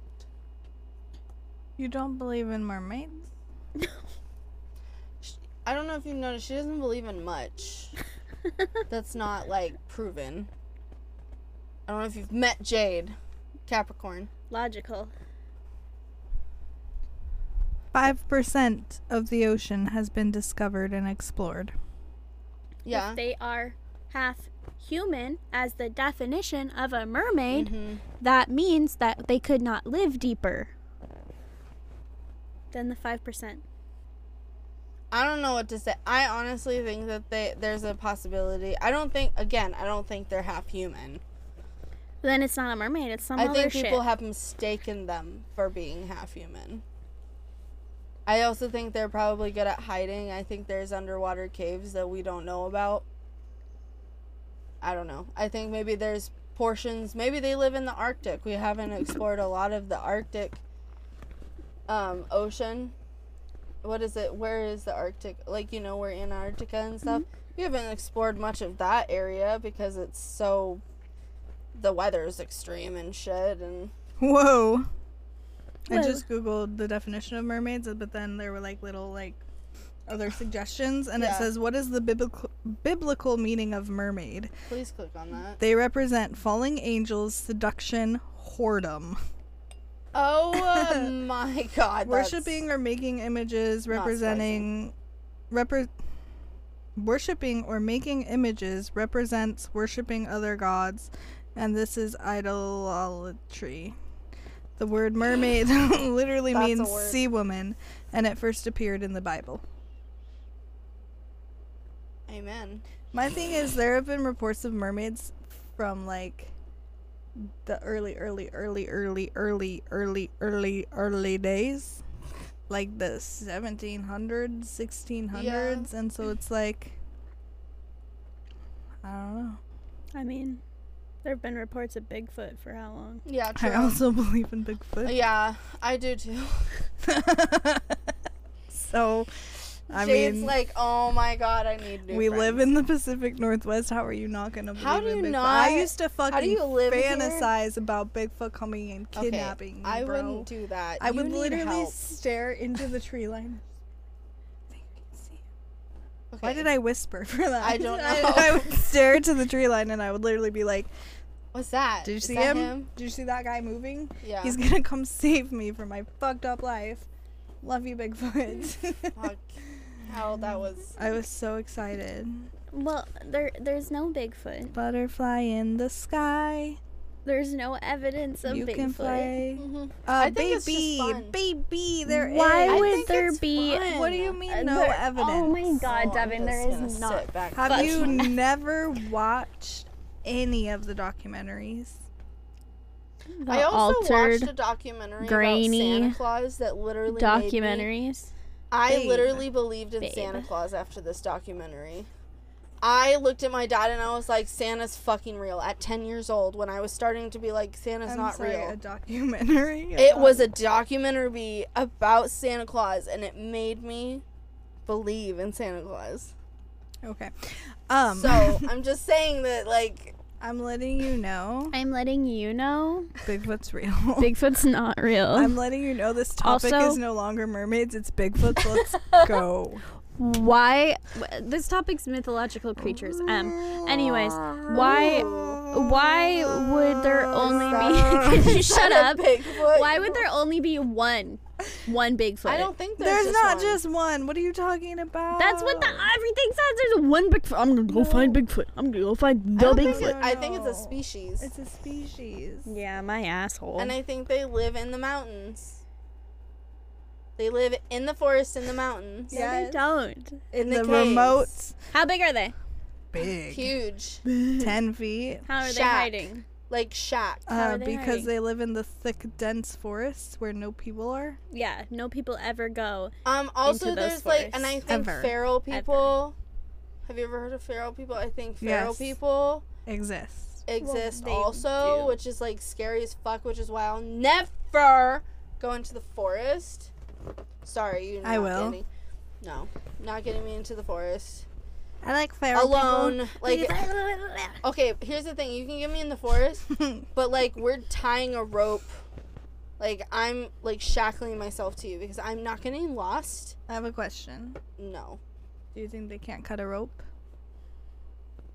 B: you don't believe in mermaids.
A: Sh- I don't know if you noticed, she doesn't believe in much that's not like proven. I don't know if you've met Jade, Capricorn.
C: Logical.
B: Five percent of the ocean has been discovered and explored.
A: Yeah.
C: If they are half human as the definition of a mermaid,
A: Mhm.
C: that means that they could not live deeper than the 5%.
A: I don't know what to say. I honestly think that they there's a possibility. I don't think again, I don't think they're half human.
C: Then it's not a mermaid, it's some
A: I
C: other
A: think
C: shit.
A: people have mistaken them for being half human. I also think they're probably good at hiding. I think there's underwater caves that we don't know about. I don't know. I think maybe there's portions. Maybe they live in the Arctic. We haven't explored a lot of the Arctic um, ocean. What is it? Where is the Arctic? Like, you know, we're in Antarctica and stuff. We haven't explored much of that area because it's so. The weather's extreme and shit. And
B: Whoa. I
C: Whoa.
B: just googled the definition of mermaids, uh, but then there were like little like other suggestions, and
A: Yeah.
B: it says, "What is the biblical biblical meaning of mermaid?
A: please click on that.
B: They represent falling angels, seduction, whoredom,
A: Oh my god.
B: worshiping or making images representing, repre- worshiping or making images represents worshiping other gods, and this is idolatry." The word mermaid literally
A: That's a
B: means
A: word.
B: sea woman, and it first appeared in the Bible.
A: that's- Amen.
B: My thing is, there have been reports of mermaids from like the early, early, early, early, early, early, early, early days, like the 1700s, 1600s, and so it's like, I don't know.
C: I mean, there have been reports of Bigfoot for how long?
A: Yeah,
B: I
A: true.
B: also believe in Bigfoot,
A: yeah, I do too.
B: so I
A: Jade's
B: mean,
A: like, oh my god, I need new
B: we live
A: friends."
B: in the Pacific Northwest. How are you not gonna believe
A: How do
B: in
A: you
B: Bigfoot?
A: not-
B: I used to fucking
A: how do you live here?
B: fantasize about Bigfoot coming and
A: Okay,
B: kidnapping me,
A: I
B: bro.
A: wouldn't do that.
B: I
A: You
B: would
A: need
B: literally
A: help.
B: stare into the tree line.
A: Okay.
B: Why did I whisper for that?
A: I don't know.
B: I, would stare into the tree line and I would literally be like,
A: What's that?
B: "Did you
A: Is
B: see
A: that
B: him? Did you see that guy moving?
A: Yeah.
B: He's gonna come save me from my fucked up life. Love you, Bigfoot."
A: Fuck. How that was.
B: I was so excited.
C: Well, there there's no Bigfoot.
B: Butterfly in the sky.
C: There's no evidence of
B: you
C: Bigfoot.
B: can fly.
C: Mm-hmm.
A: Mhm.
B: Uh,
A: I think it's just
B: baby,
A: fun.
B: baby, there is.
C: Why
A: I
C: would
A: think
C: there
A: it's
C: be?
A: fun.
B: What do you mean,
C: Uh,
B: no
C: there-
B: evidence?
C: Oh my God,
A: Oh, I'm
C: Devin, there
A: just
C: is
A: gonna
C: not.
A: sit back
B: Have
A: down.
B: you never watched any of the documentaries?
C: The
A: I also watched
C: altered
A: a documentary
C: grainy
A: about Santa Claus that literally made me-
C: documentaries.
A: I
B: Babe.
A: literally believed in
C: Babe.
A: Santa Claus after this documentary. I looked at my dad and I was like, Santa's fucking real. At 10 years old, when I was starting to be like, Santa's
B: I'm
A: not
B: sorry, Um,
A: real.
B: A documentary.
A: it was a documentary about Santa Claus and it made me believe in Santa Claus.
B: okay. Um,
A: so I'm just saying that, like,
B: I'm letting you know
C: I'm letting you know
B: Bigfoot's real.
C: Bigfoot's not real.
B: I'm letting you know this topic
C: Also-
B: is no longer mermaids, it's Bigfoot. Let's go.
C: why w- this topic's mythological creatures. Um anyways, why why would there only be Could you shut up?
A: Bigfoot.
C: Why would there only be one one Bigfoot?
A: I don't think there's,
B: There's not
A: one.
B: just one. What are you talking about?
C: That's what the everything says. There's one Bigfoot. I'm gonna go find Bigfoot. I'm gonna go find
A: I
C: the
A: don't think
C: Bigfoot.
A: it- I think it's a
B: No.
A: species,
B: It's a species.
C: Yeah, my asshole.
A: and I think they live in the mountains. They live in the forest in the mountains.
C: No, they
B: Yes.
C: don't.
B: In
A: the
B: the,
A: caves.
B: remote,
C: How big are they?
B: big,
A: huge,
B: ten feet.
C: How are they
A: Shack.
C: hiding?
A: like shack.
C: How
B: Uh,
C: are they
B: because
C: hiding?
B: they live in the thick, dense forests where no people are.
C: Yeah, no people ever go.
A: Um. Also,
C: Into those
A: there's like, and I
C: forests.
A: think
B: Ever.
A: feral people. Have you ever heard of feral people? I think feral
B: Yes.
A: people
B: Exist.
A: exist
C: they
A: also,
C: do.
A: which is like scary as fuck, which is why I'll never go into the forest. Sorry, you.
B: I will.
A: Getting, no, not getting me into the forest
B: I like feral
A: alone. Like, okay, here's the thing: you can get me in the forest, but like we're tying a rope. Like I'm like shackling myself to you because I'm not getting lost.
B: I have a question.
A: No.
B: Do you think they can't cut a rope?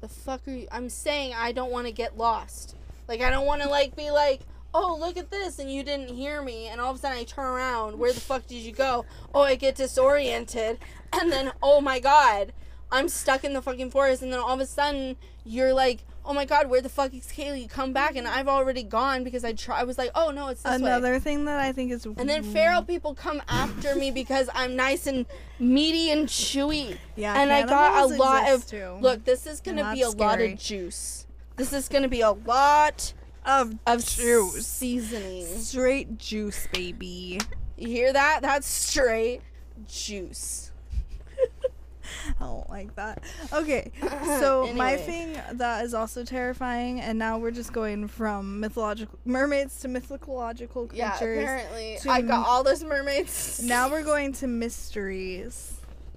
A: the fuck are you I'm saying I don't want to get lost. Like I don't want to like be like, "Oh, look at this and you didn't hear me." And all of a sudden I turn around, "Where the fuck did you go?" Oh, I get disoriented. And then, "Oh my god, I'm stuck in the fucking forest." And then all of a sudden you're like, "Oh my god, where the fuck is Kaylee? Come back." And I've already gone because I try I was like, "Oh no, it's this way."
B: Another thing that I think is
A: And then feral people come after me because I'm nice and meaty and chewy.
B: yeah,
A: and I got a
B: cannibals
A: lot of
B: exist too.
A: look. This is gonna
B: Not
A: be a lot
B: scary.
A: of juice. This is gonna be a lot
B: of
A: of
B: Juice.
A: juice seasoning.
B: straight juice, baby.
A: You hear that? That's straight juice.
B: I don't like that. Okay, so my
A: Anyway.
B: thing that is also terrifying, and now we're just going from mythological mermaids to mythological creatures.
A: Yeah, apparently
B: to
A: I got
B: m-
A: all those mermaids.
B: Now we're going to mysteries.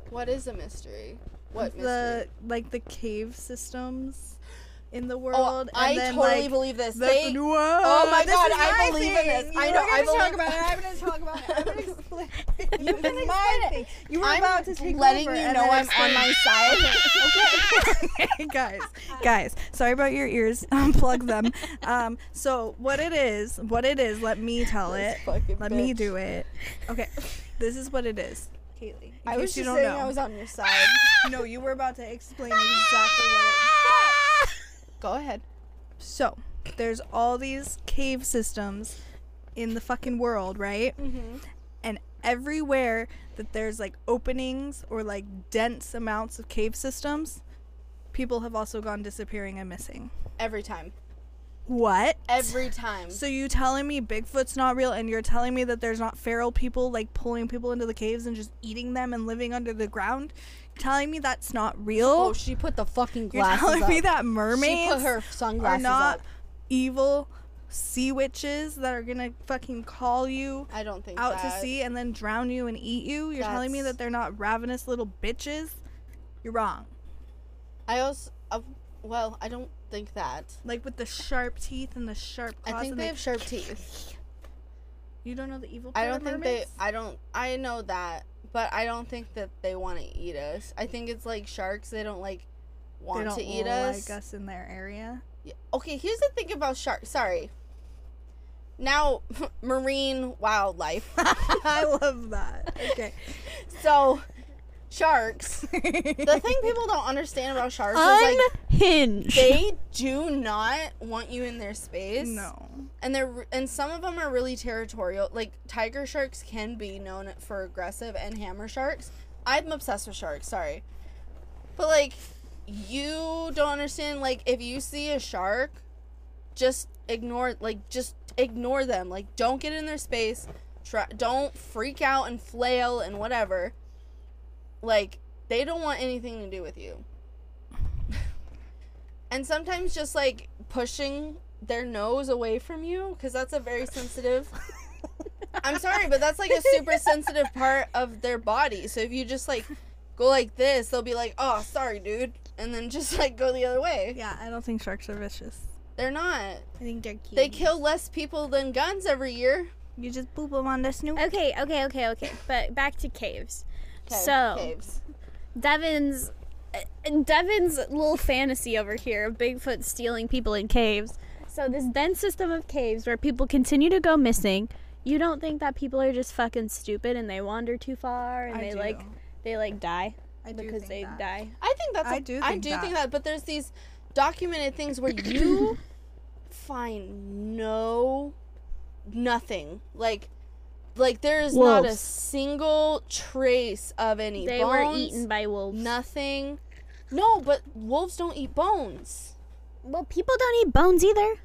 A: what is a mystery? What mystery?
B: the like the cave systems in the world.
A: oh,
B: and
A: I
B: then,
A: totally
B: like,
A: believe this.
B: the-
A: they,
B: Whoa,
A: oh my
B: this
A: God,
B: is
A: I
B: my
A: believe in
B: thing.
A: this.
B: You
A: I
B: were
A: know,
B: gonna
A: I
B: talk
A: believe-
B: about it. I'm gonna talk about it. I'm gonna explain. it.
A: You
B: This
A: can
B: is
A: explain
B: my
A: it.
B: thing. You were
A: I'm
B: about to take
A: letting
B: over,
A: you
B: and
A: know
B: then
A: I'm on my side.
B: Okay, guys, guys, sorry about your ears. Unplug them. Um, so what it is, what it is. Let me tell it.
A: Fucking
B: Let me
A: bitch.
B: do it. Okay, this is what it is. Kaylee, in
A: I
B: case
A: was
B: you
A: just
B: don't
A: saying
B: know.
A: I was on your side.
B: No, you were about to explain exactly what it.
A: Go ahead.
B: So, there's all these cave systems in the fucking world, right?
A: Mm-hmm.
B: And everywhere that there's like openings or like dense amounts of cave systems, people have also gone disappearing and missing.
A: Every time.
B: What?
A: Every time.
B: So you telling me Bigfoot's not real and you're telling me that there's not feral people like pulling people into the caves and just eating them and living under the ground? You're telling me that's not
A: Oh,
B: real?
A: she put the fucking
B: you're
A: glasses
B: telling
A: up.
B: me that
A: She
B: mermaids
A: put her
B: are
A: sunglasses
B: not
A: up.
B: evil sea witches that are gonna fucking call you
A: I don't think
B: out
A: that.
B: to sea and then drown you and eat you. You're telling me
A: That's-
B: that they're not ravenous little bitches. You're wrong.
A: I also, uh, well, I don't think that.
B: Like with the sharp teeth and the sharp claws.
A: I think
B: and
A: they
B: the-
A: have sharp teeth.
B: You don't know the evil.
A: I
B: part
A: don't
B: of
A: think they.
B: mermaids?
A: I don't. I know that, but I don't think that they want to eat us. I think it's like sharks. They don't like want
B: They don't
A: to eat
B: like
A: us.
B: us in their area.
A: Yeah. Okay, here's the thing about sharks. Sorry. Now, marine wildlife.
B: I love that. Okay.
A: so, sharks. The thing people don't understand about sharks is like
C: Unhinged.
A: they do not want you in their space.
B: no.
A: and they're re- and some of them are really territorial. Like tiger sharks can be known for aggressive, and hammer sharks. I'm obsessed with sharks. Sorry, but like you don't understand. Like if you see a shark, just ignore. Like just ignore them. Like don't get in their space. Try, don't freak out and flail and whatever. Like they don't want anything to do with you. and sometimes just like pushing their nose away from you because that's a very sensitive. I'm sorry, but that's like a super sensitive part of their body. So if you just like go like this, they'll be like, "Oh, sorry, dude," and then just like go the other way.
B: Yeah, I don't think sharks are vicious.
A: They're not.
B: I think they're cute.
A: They kill less people than guns every year.
B: You just poop them on the snoop.
C: Okay, okay, okay, okay. But back to caves.
A: Cave-
C: So-
A: caves.
C: Devin's uh, Devin's little fantasy over here of Bigfoot stealing people in caves. So this dense system of caves where people continue to go missing. You don't think that people are just fucking stupid and they wander too far and
B: I
C: they
B: do.
C: like they like die
B: I do
C: because
B: think
C: they
B: that.
C: die.
A: I think that's. I
B: I do
A: I
B: think
A: do
B: that.
A: think that. But there's these documented things where you find no, nothing. Like, like there is not a
C: Wolves.
A: single trace of any.
C: They
A: bones,
C: were eaten by wolves.
A: Nothing. No, but wolves don't eat bones.
C: Well, people don't eat bones either.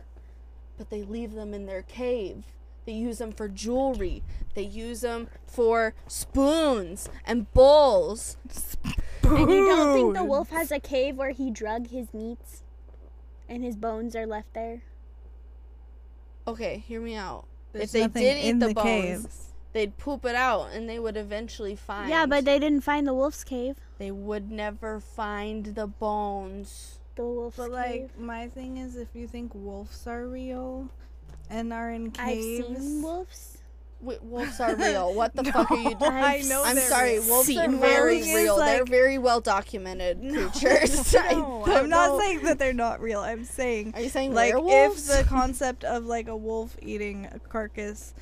A: But they leave them in their cave. They use them for jewelry. They use them for spoons and bowls.
C: And you don't think the wolf has a cave where he drug his meats and his bones are left there?
A: Okay, hear me out.
B: There's
A: if they
B: nothing
A: did eat
B: in
A: the,
B: the
A: bones,
B: caves.
A: they'd poop it out and they would eventually find.
C: Yeah, but they didn't find the wolf's cave.
A: they would never find the bones.
C: The wolf's
B: But
C: cave.
B: like my thing is, if you think wolves are real and are in
C: I've
B: caves,
C: seen wolves.
A: Wait, wolves are real. What the fuck are you doing?
B: I
C: I've
B: know.
A: I'm
B: they're
A: sorry,
B: real.
A: wolves are
C: seen
A: very
B: wolves.
A: real.
B: Thing is,
A: They're
B: like-
A: very well documented creatures. I
B: No,
A: don't
B: I'm not
A: know.
B: saying that they're not real. I'm saying
A: Are you saying
B: like
A: werewolves?
B: if the concept of like a wolf eating a carcass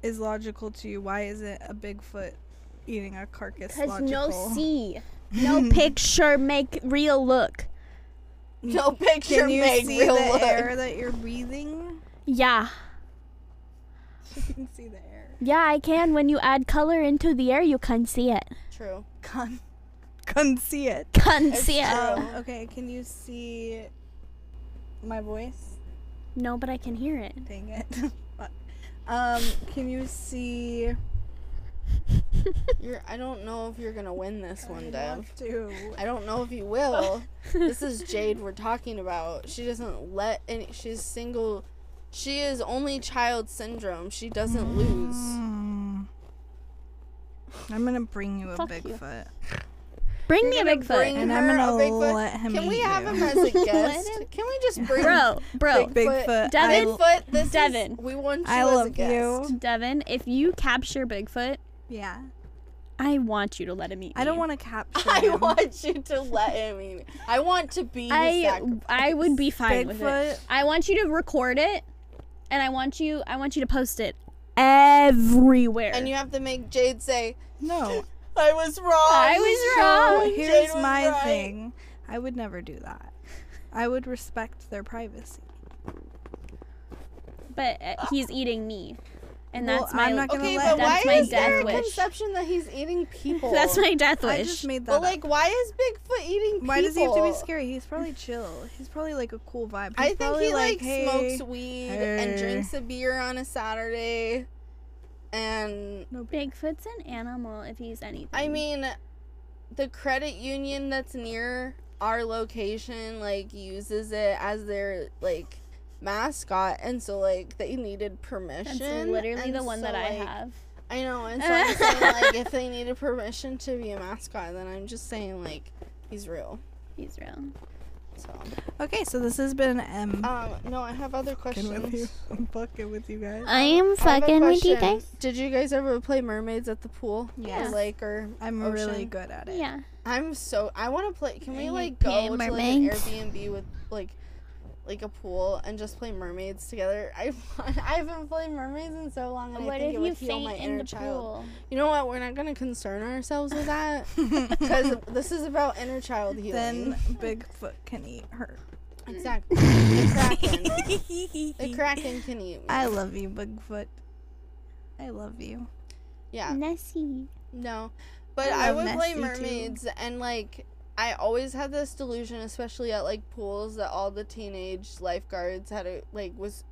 B: is logical to you, why isn't a Bigfoot eating a carcass
C: Cause
B: logical?
C: no see, no picture make real look.
A: no picture
B: Can you
A: made
B: see
A: real
B: the
A: look.
B: air that you're breathing?
C: Yeah,
B: You can see the air.
C: yeah, I can. When you add color into the air, you can see it.
A: True.
B: Can can see it.
C: Can
A: It's
C: see it.
A: true.
B: Um, okay, can you see my voice?
C: No, but I can hear it.
B: Dang it. Fuck. um, can you see?
A: You're I don't know if you're gonna win this one, Dev.
B: Two.
A: I don't know if you will. this is Jade we're talking about. She doesn't let any she's single she is only child syndrome. She
B: Mm.
A: doesn't lose.
B: I'm Um, gonna bring you a
C: Fuck you.
B: Bigfoot,
C: Bring me
A: You're
C: a
A: gonna
C: Bigfoot,
A: bring
B: and
A: her
B: I'm
A: a
B: gonna
A: Bigfoot?
B: let him.
A: Can we
B: eat
A: have
B: you.
A: him as a guest?
C: him-
A: Can we just bring
C: bro, bro,
B: Oh, Bigfoot?
C: Devin,
B: I,
A: Bigfoot? This Devin.
C: Devin.
A: Is, we want you
B: I
A: as a
B: love
A: guest.
B: you.
C: Devin. If you capture Bigfoot,
B: Yeah.
C: I want you to let him eat.
B: I don't
C: me.
B: want to capture
A: I
B: him.
A: want you to let him in. I want to be. his
C: I
A: sacrifice.
C: I would be fine with
B: Bigfoot.
C: it. I want you to record it, and I want you I want you to post it everywhere.
A: And you have to make Jade say,
B: No. Oh,
A: "I was wrong."
C: I was wrong.
A: Jade
B: Here's
A: was
B: my
A: Oh, right."
B: thing. I would never do that. I would respect their privacy.
C: but uh, he's eating me, and
B: Well,
C: that's my
B: I'm not gonna
A: Okay, but
B: let them.
A: why
C: That's my
A: is there a
C: death wish.
A: conception that he's eating people?
C: that's my death
B: I
C: wish.
B: just made that.
A: But
B: up.
A: like, why is Bigfoot eating people?
B: Why does he have to be scary? He's probably chill. He's probably like a cool vibe. He's
A: I think
B: probably
A: he like,
B: hey,
A: smokes weed and
B: hey."
A: drinks a beer on a Saturday, and
C: Bigfoot's an animal if he's anything.
A: I mean, the credit union that's near our location like uses it as their like mascot, and so like they needed
C: that's
A: permission.
C: literally
A: and
C: the one
A: so,
C: that I
A: like-
C: have.
A: I know, and so I'm saying like if they needed permission to be a mascot, then I'm just saying like he's real.
C: He's real.
A: So
B: Okay, so this has been M.
A: um, no, I have other questions.
B: I'm fucking with you guys.
C: I am
A: I have a question. Did you guys ever play mermaids at the pool?
B: Yes.
A: Or lake or
B: I'm really
A: Ocean.
B: good at it.
C: Yeah.
A: I'm so I want to play. Can we
C: I
A: like
C: hate
A: go
C: being
A: to like an
C: mermaids.
A: Airbnb with like like a pool and just play mermaids together? I want, I haven't played mermaids in so long, and I
C: What
A: think
C: if
A: it would
C: you
A: heal my
C: faint in
A: inner
C: the
A: child.
C: pool?
A: You know what? We're not gonna concern ourselves with that because this is about inner child healing.
B: Then Bigfoot can eat her.
A: exactly, the kraken. The kraken can eat. me.
B: I love you, Bigfoot. I love you.
A: Yeah.
C: Nessie.
A: No, but
B: I
A: I,
B: love
A: would play
B: Nessie, too.
A: mermaids, and like I always had this delusion, especially at like pools, that all the teenage lifeguards had a like was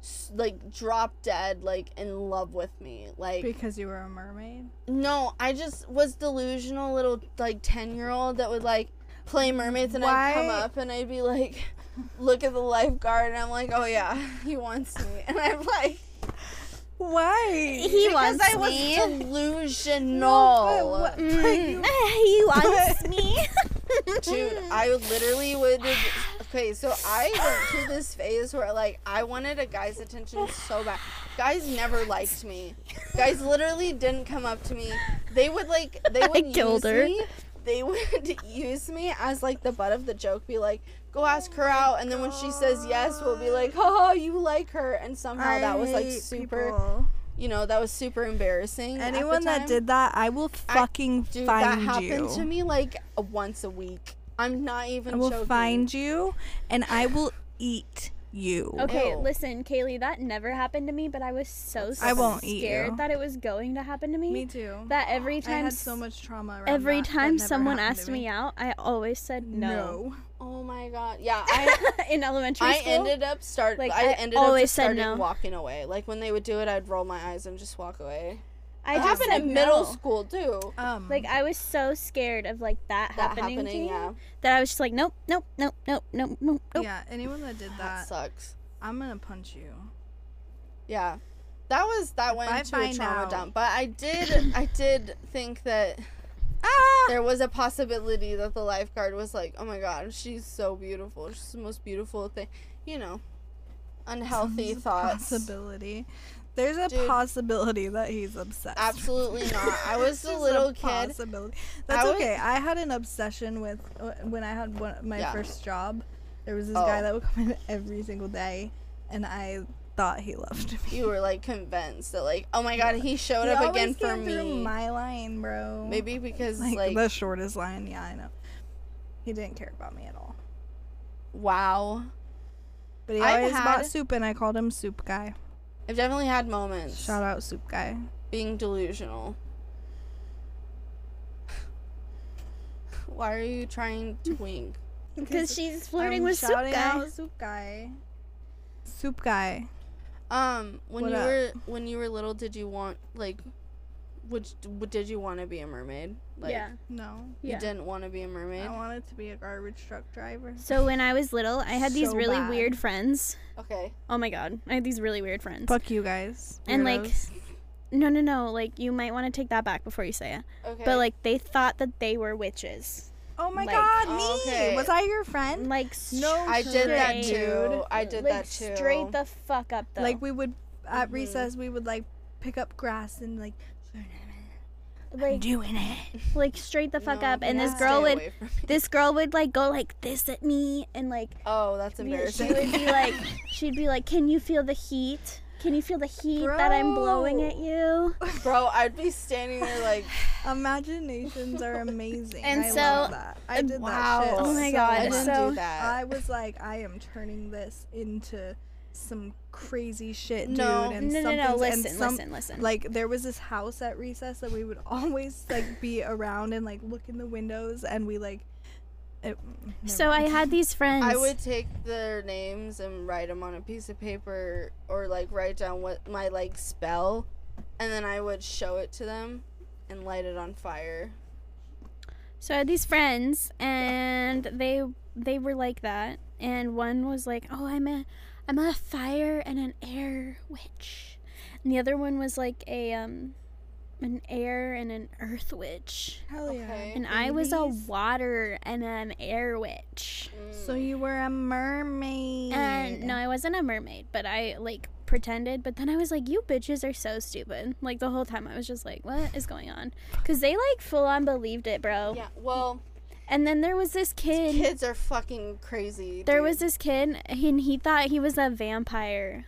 A: s- like drop dead, like in love with me. Like
B: Because you were a mermaid.
A: no, I just was delusional little like ten year old that would like play mermaids, and I'd come
B: Why-
A: up and I'd be like, look at the lifeguard, and I'm like, oh yeah, he wants me, and I'm like.
B: Why?
C: He
A: because
C: wants
A: I was
C: me.
A: delusional. Mm.
B: No, but what- but you-
C: he wants me.
A: Dude, I literally would. Okay, so I went through this phase where, like, I wanted a guy's attention so bad. Guys never liked me. Guys literally didn't come up to me. They would, like, they would use
C: killed her.
A: me. They would use me as, like, the butt of the joke, be like, go ask her out. And then when she says yes, we'll be like, oh, you like her. And somehow that was, like,
B: hate
A: super,
B: people.
A: you know, that was super embarrassing. at the
B: Anyone that
A: time.
B: did that, I will
A: I-
B: fucking
A: Dude, that
B: find
A: happened
B: you.
A: to me like once a week. I'm not even
B: I will
A: joking.
B: find you, and I will eat you.
C: Okay,
A: Ew.
C: listen, Kaylee, that never happened to me, but I was so
B: I won't eat
C: scared
B: you.
C: that it was going to happen to me.
B: Me too.
C: That every
B: I
C: time
B: had
C: s-
B: so much trauma. Around
C: every
B: that that
C: time
B: never
C: someone
B: happened to
C: asked me out, I always said no.
B: no.
A: Oh my god. Yeah, I
C: In elementary
A: I
C: school.
A: ended up start
C: Like,
A: I
C: I
A: ended up
C: always
A: just
C: said
A: starting
C: no.
A: walking away. Like when they would do it, I'd roll my eyes and just walk away.
C: I
A: It
C: just
A: happened
C: said
A: in middle
C: no.
A: school too.
B: Um,
C: Like I was so scared of like that,
A: That
C: happening, to
A: happening,
C: me
A: yeah.
C: that I was just like, nope, nope, nope, nope, nope, nope, nope.
B: yeah, anyone that did
A: That
B: that,
A: sucks.
B: I'm gonna punch you.
A: Yeah. That was that went
B: I
A: into a
B: find
A: trauma
B: out-
A: dump. But I did I did think that
B: Ah!
A: there was a possibility that the lifeguard was like, "Oh my god, she's so beautiful. She's the most beautiful thing." You know, unhealthy thoughts.
B: Possibility. There's a
A: Dude.
B: possibility that he's obsessed.
A: Absolutely not. I was a
B: Just
A: little kid.
B: possibility. That's
A: I was-
B: okay. I had an obsession with uh, when I had one, my
A: Yeah.
B: first job. There was this
A: Oh.
B: guy that would come in every single day, and I thought he loved me.
A: You were like convinced that like, "Oh my god, he showed
B: He
A: up
B: always
A: again for
B: came through
A: me."
B: My line, bro.
A: Maybe because
B: like,
A: like,
B: the shortest line. Yeah, I know. He didn't care about me at all.
A: wow.
B: But he
A: I've
B: always bought
A: had-
B: soup, and I called him Soup Guy.
A: I've definitely had moments
B: Shout out Soup Guy.
A: being delusional. Why are you trying to wink?
C: Because she's flirting
B: I'm
C: with some
B: shouting
C: guy.
B: out Soup Guy. Soup Guy.
A: Um, when
B: What
A: you
B: up?
A: were when you were little, did you want like, would would- did you want to be a mermaid? Like,
C: yeah.
B: No,
A: you
C: yeah.
A: didn't want to be a mermaid.
B: I wanted to be a garbage truck driver.
C: So when I was little, I had these
B: So
C: really
B: bad.
C: weird friends.
A: Okay.
C: Oh my god, I had these really weird friends.
B: Fuck you guys.
C: And, like,
B: weirdos.
C: no, no, no. Like you might want to take that back before you say it.
A: Okay.
C: But like they thought that they were witches.
B: oh my
C: like-
B: god, me.
A: Okay.
B: Was I your friend?
C: Like
B: No
A: I did that
C: straight-
A: too. I did
C: like,
A: that too.
C: Straight the Mm-hmm. fuck up though.
B: Like we would at
A: Mhm.
B: recess, we would like pick up grass and like
C: like
B: doing it.
C: like straight the fuck
A: No,
C: up. And this
B: yeah.
C: girl
A: Stay
C: would
A: away from me.
C: this girl would like go like this at me and like
A: Oh, that's
C: be- she
A: embarrassing.
C: would be like she'd be like, Can you feel the heat? Can you feel the heat that I'm blowing at
B: Bro.
C: you?
A: Bro, I'd be standing there like,
B: Imaginations are amazing.
C: And
B: I
C: so-
B: love that. I
C: and
B: did
A: wow.
B: that shit.
C: Oh my
B: so
C: God,
A: I
B: much.
A: didn't
C: so-
A: do that.
B: I was like, I am turning this into some crazy shit, dude.
A: No.
B: and
C: No, no, no,
B: something's- and
C: listen,
B: some-
C: listen, listen.
B: Like there was this house at recess that we would always like be around and like look in the windows, and we like. It, never
C: so I
B: mind.
C: had these friends.
A: I would take their names and write them on a piece of paper or like write down what my like spell and then I would show it to them and light it on fire.
C: So I had these friends, and they they were like that. And one was like, "Oh, I'm a I'm a fire and an air witch," and the other one was like a um an air and an earth witch,
B: Hell yeah.
A: Okay.
C: and I was a
B: Babies.
C: water and an air witch.
B: So you were a mermaid.
C: And no, I wasn't a mermaid, but I like pretended. But then I was like, "You bitches are so stupid!" Like the whole time, I was just like, "What is going on?" Because they like full on believed it, bro.
A: Mm. Yeah, well,
C: And then there was this kid.
A: kids are fucking crazy.
C: There
A: dude.
C: was this kid, and he thought he was a vampire.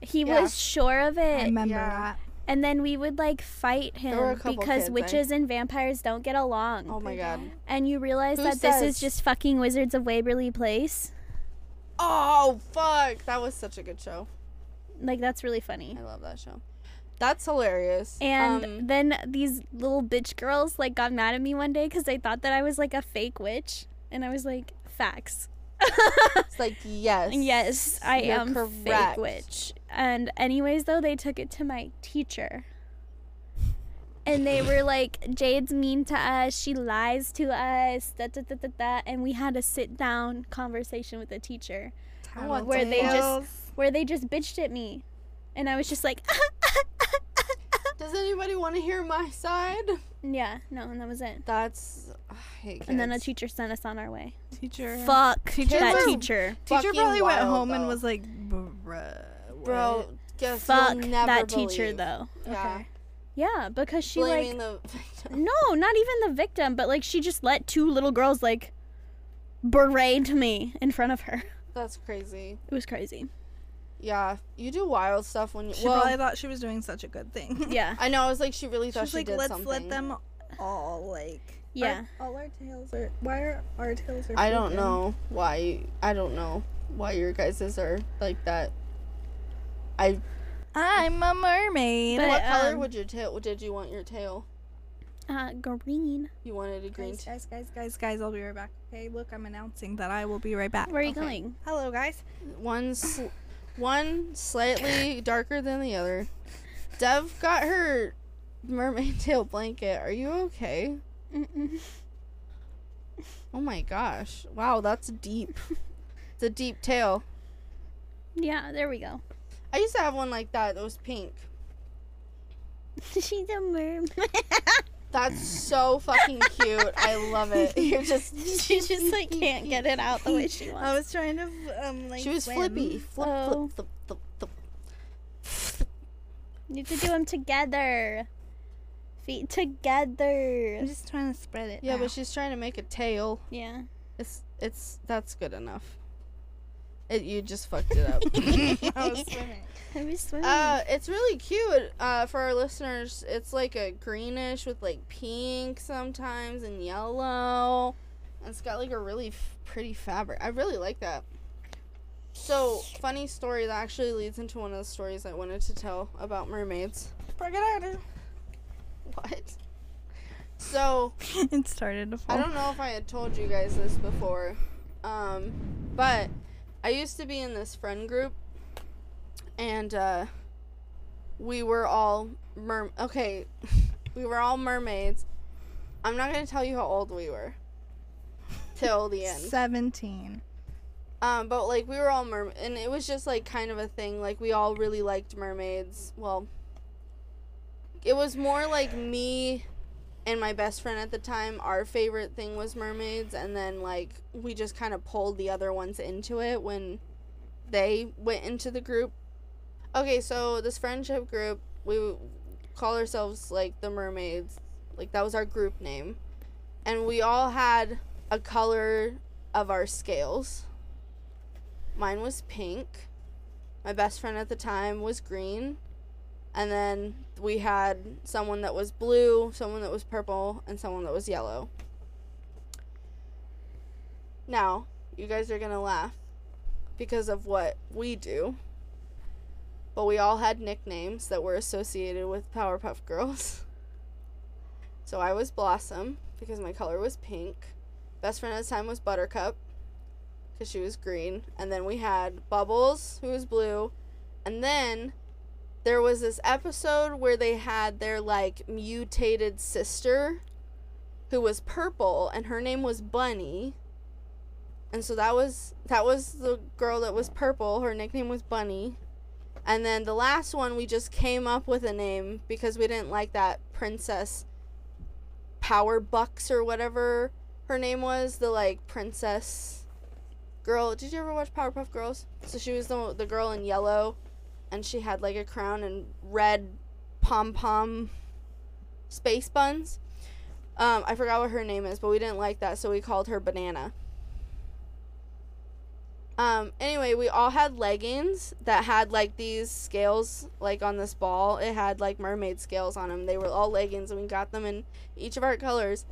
C: He
A: Yeah.
C: was sure of
B: I
C: it.
B: remember
A: yeah.
C: And then we would like fight
A: were a
C: him
A: couple
C: because
A: kids, I-
C: witches and vampires don't get along.
A: Oh my god.
C: And you realize
A: Who
C: that this
A: says?
C: is just fucking Wizards of Waverly Place.
A: Oh fuck, that was such a good show.
C: Like, that's really funny.
A: I love that show. That's hilarious.
C: And
A: Um,
C: then these little bitch girls like got mad at me one day because they thought that I was like a fake witch. And I was like, facts.
A: It's like yes.
C: Yes, I
A: you're
C: am
A: correct.
C: fake witch. And anyways, though, they took it to my teacher. And they were like, Jade's mean to us. She lies to us. Da, da, da, da, da. And we had a sit down conversation with the teacher
B: that.
A: What
C: Where they just-
B: Tattletales.
C: where they just bitched at me. And I was just like,
A: Does anybody want to hear my side?
C: Yeah, no, and that was it.
A: That's I hate kids.
C: And then a teacher sent us on our way.
B: Teacher.
C: Fuck
B: Teacher
C: that
A: was-
C: teacher.
B: Teacher
A: Fucking
B: probably went
A: wild,
B: home and
A: though.
B: was like, bruh.
A: bro.
B: what?"
A: Guess
C: Fuck
A: you'll never
C: that teacher
A: believe.
C: though.
A: Yeah,
B: Okay.
C: Yeah, because she
A: blaming
C: like
A: the victim.
C: no, not even the victim, but like she just let two little girls like berate me in front of her.
A: That's crazy.
C: It was crazy.
A: Yeah, you do wild stuff when you.
B: She
A: well,
B: probably thought she was doing such a good thing.
C: Yeah,
A: I know. I was like, she really
B: She
A: thought
B: was
A: she
B: like,
A: did
B: let's
A: something.
B: let them all like.
C: yeah.
B: Our, all our tails are. Why are our tails are?
A: I don't
B: freaking-
A: know why. I don't know why your guys's are like that. I.
B: I'm a mermaid.
C: But,
A: what color
C: um,
A: would your tail? Did you want your tail?
C: Uh, green.
A: You wanted a green.
B: guys,
A: tail.
B: guys, guys, guys, guys, I'll be right back. Okay, look, I'm announcing that I will be right back.
C: Where are you
A: Okay.
C: going?
B: Hello, guys.
A: one sl- one slightly darker than the other. Dev got her mermaid tail blanket. Are you okay?
C: Mm-mm.
A: Oh my gosh. Wow, that's deep. it's a deep tail.
C: Yeah, there we go.
A: I used to have one like that. It was pink.
C: She's a mermaid.
A: That's so fucking cute. I love it. You're just
C: she just like can't get it out the way she wants.
B: I was trying to um like.
A: She was
B: swim.
A: flippy. Flip,
C: Oh.
A: flip, flip, flip,
C: You could do them together. Feet together.
B: I'm just trying to spread it.
A: Yeah,
B: out.
A: but she's trying to make a tail.
C: Yeah.
A: It's it's that's good enough. It you just fucked it up.
B: I was swimming.
C: I was swimming.
A: Uh, it's really cute. Uh, for our listeners, it's like a greenish with like pink sometimes and yellow. And it's got like a really f- pretty fabric. I really like that. So funny story that actually leads into one of the stories I wanted to tell about mermaids.
B: Break it out.
A: What? So
B: it started to fall.
A: I don't know if I had told you guys this before, um, but I used to be in this friend group, and uh, we were all mer. Okay, we were all mermaids. I'm not gonna tell you how old we were till the end.
B: Seventeen.
A: Um, but like we were all merm, and it was just like kind of a thing. Like we all really liked mermaids. Well, it was more like me and my best friend at the time. Our favorite thing was mermaids, and then like we just kind of pulled the other ones into it when they went into the group. Okay, so this friendship group, we would call ourselves like the mermaids. Like that was our group name, and we all had a color of our scales. Mine was pink. My best friend at the time was green. And then we had someone that was blue, someone that was purple, and someone that was yellow. Now, you guys are going to laugh because of what we do. But we all had nicknames that were associated with Powerpuff Girls. So I was Blossom because my color was pink. Best friend at the time was Buttercup because she was green. And then we had Bubbles, who was blue. And then there was this episode where they had their like mutated sister, who was purple, and her name was Bunny. And so that was that was the girl that was purple. Her nickname was Bunny. And then the last one we just came up with a name because we didn't like that princess Power Bucks or whatever her name was, the like princess girl. Did you ever watch Powerpuff Girls? So she was the the girl in yellow, and she had like a crown and red pom pom space buns. Um, I forgot what her name is, but we didn't like that, so we called her Banana. Um, anyway, we all had leggings that had like these scales, like on this ball. It had like mermaid scales on them. They were all leggings, and we got them in each of our colors.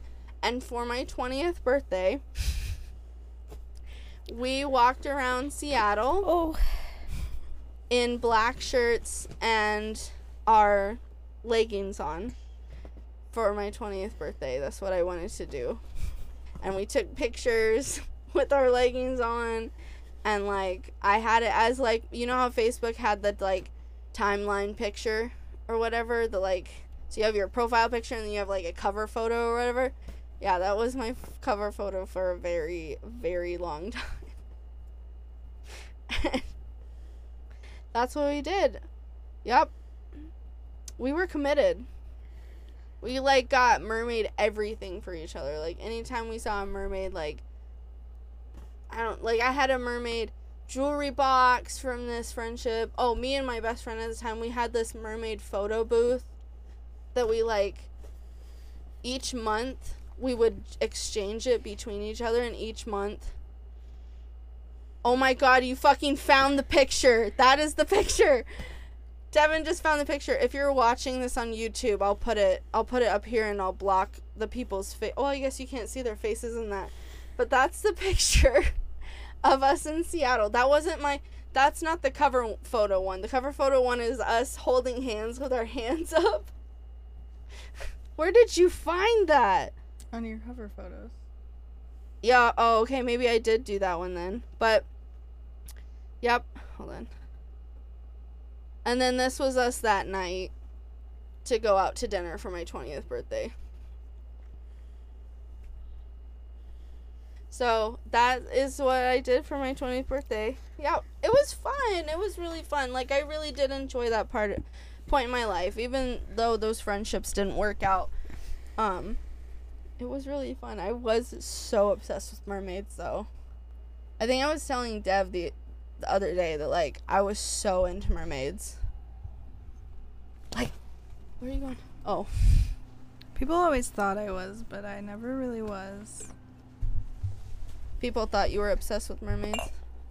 A: And for my 20th birthday, we walked around Seattle
C: oh.
A: in black shirts and our leggings on for my 20th birthday. That's what I wanted to do. And we took pictures with our leggings on and like I had it as like you know how Facebook had the like timeline picture or whatever, the like so you have your profile picture and then you have like a cover photo or whatever. Yeah, that was my f- cover photo for a very very long time. That's what we did. Yep. we were committed. We like got mermaid everything for each other. Like anytime we saw a mermaid, like I don't like I had a mermaid jewelry box from this friendship. Oh, me and my best friend at the time we had this mermaid photo booth that we like each month we would exchange it between each other and each month Oh my god, you fucking found the picture. That is the picture. Devin just found the picture. If you're watching this on YouTube, I'll put it I'll put it up here and I'll block the people's face. Well, I guess you can't see their faces in that. But that's the picture of us in Seattle. That wasn't my that's not the cover photo one. The cover photo one is us holding hands with our hands up. Where did you find that?
B: on your cover photos.
A: Yeah, oh okay, maybe I did do that one then. But Yep. Hold on. And then this was us that night to go out to dinner for my 20th birthday. So that is what I did for my 20th birthday. Yeah, it was fun. It was really fun. Like I really did enjoy that part point in my life even though those friendships didn't work out. Um it was really fun. I was so obsessed with mermaids though. I think I was telling Dev the the other day that like I was so into mermaids. Like, where are you going? Oh,
B: People always thought I was, but I never really was.
A: people thought you were obsessed with mermaids.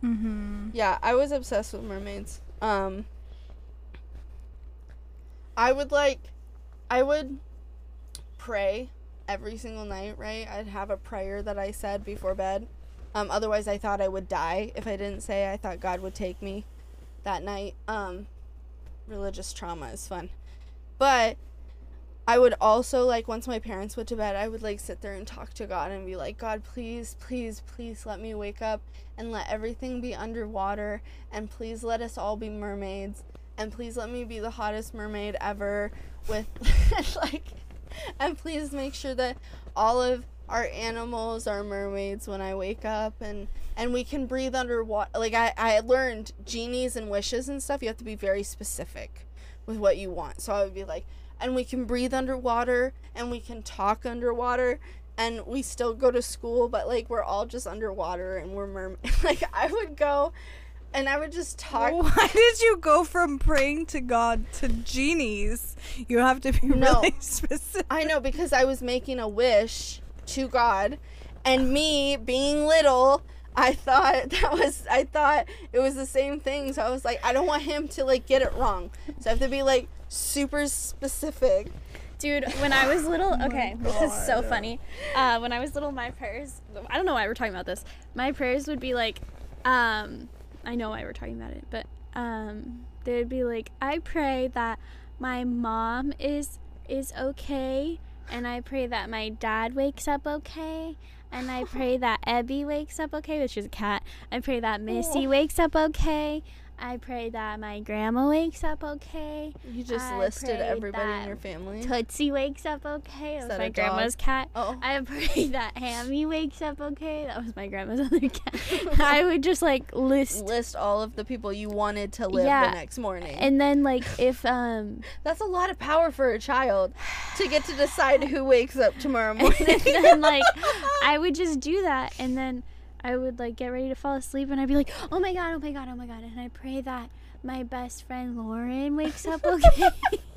B: Mm-hmm.
A: Yeah, I was obsessed with mermaids. Um, I would like, I would pray every single night. Right, I'd have a prayer that I said before bed. Um, otherwise, I thought I would die if I didn't say. I thought God would take me that night. Um, religious trauma is fun, but I would also like once my parents went to bed, I would like sit there and talk to God and be like, God, please, please, please let me wake up and let everything be underwater and please let us all be mermaids and please let me be the hottest mermaid ever with like and please make sure that all of our animals are mermaids when I wake up and and we can breathe underwater like I, I learned genies and wishes and stuff you have to be very specific with what you want so I would be like and we can breathe underwater and we can talk underwater and we still go to school but like we're all just underwater and we're mermaid like I would go and I would just talk
B: Why did you go from praying to God to genies? You have to be
A: No.
B: really specific.
A: I know because I was making a wish to God, and me being little, I thought that was I thought it was the same thing. So I was like, I don't want him to like get it wrong. So I have to be like super specific.
C: Dude, when I was little, okay, this is so
B: God.
C: funny. Uh, when I was little, my prayers, I don't know why we're talking about this. My prayers would be like, um, I know why we're talking about it, but um, they'd be like, I pray that my mom is is okay, and I pray that my dad wakes up okay, and I pray that Ebby wakes up okay, which is a cat. I pray that Missy wakes up okay. I pray that my grandma wakes up okay.
A: You just
C: I
A: listed
C: prayed
A: everybody in
C: that
A: your family.
C: Tootsie wakes up okay. That was
A: that a
C: my
A: dog?
C: grandma's cat.
A: oh,
C: I pray that Hammy wakes up okay. That was my grandma's other cat. I would just like list
A: list all of the people you wanted to live
C: Yeah,
A: the next morning.
C: and then like if um
A: That's a lot of power for a child to get to decide who wakes up tomorrow morning.
C: and then like I would just do that and then I would like get ready to fall asleep and I'd be like, "Oh my god, oh my god, oh my god." And I pray that my best friend Lauren wakes up okay.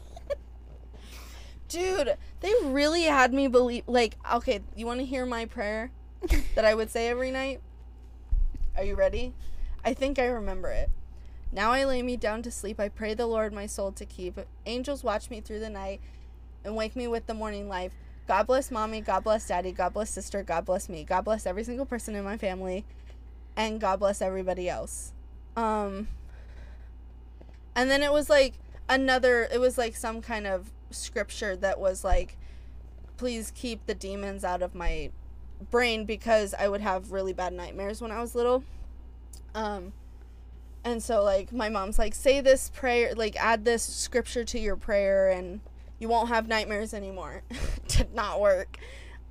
A: Dude, they really had me believe. Like, okay, you want to hear my prayer that I would say every night? Are you ready? I think I remember it. Now I lay me down to sleep. I pray the Lord my soul to keep. Angels watch me through the night and wake me with the morning life. God bless mommy. God bless daddy. God bless sister. God bless me. God bless every single person in my family. And God bless everybody else. Um, and then it was like another, it was like some kind of scripture that was like, please keep the demons out of my brain because I would have really bad nightmares when I was little. Um, and so like my mom's like, say this prayer, like add this scripture to your prayer and you won't have nightmares anymore. Did not work.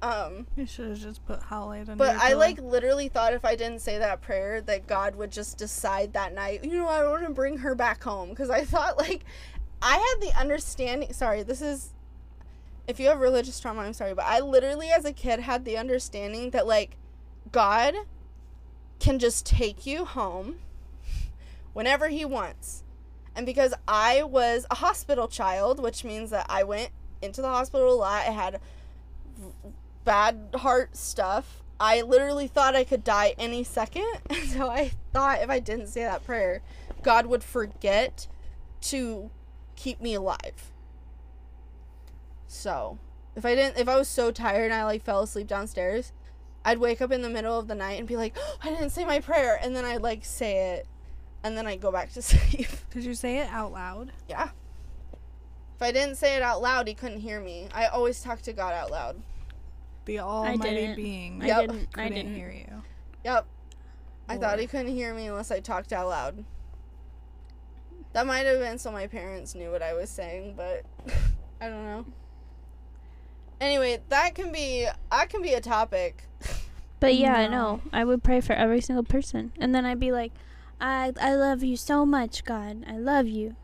A: Um,
B: You should have just put howlite under.
A: but
B: your
A: I
B: pillow.
A: like literally thought if I didn't say that prayer that God would just decide that night, you know, I want to bring her back home because I thought like I had the understanding. Sorry, this is. If you have religious trauma, I'm sorry, but I literally, as a kid, had the understanding that like God can just take you home whenever He wants, and because I was a hospital child, which means that I went into the hospital a lot. I had v- bad heart stuff. I literally thought I could die any second, and so I thought if I didn't say that prayer, God would forget to keep me alive. So, if I didn't, if I was so tired and I like fell asleep downstairs, I'd wake up in the middle of the night and be like, I didn't say my prayer, and then I'd like say it, and then I'd go back to sleep.
B: Did you say it out loud?
A: yeah. If I didn't say it out loud, he couldn't hear me. I always talk to God out loud.
B: The Almighty
C: didn't.
B: Being
C: I
A: Yep.
C: didn't. I
B: couldn't
C: didn't.
B: hear you.
A: Yep. I thought
B: Lord.
A: he couldn't hear me unless I talked out loud. That might have been so my parents knew what I was saying, but I don't know. Anyway, that can be that can be a topic.
C: But yeah, I
B: No.
C: know. I would pray for every single person. And then I'd be like, I I love you so much, God. I love you.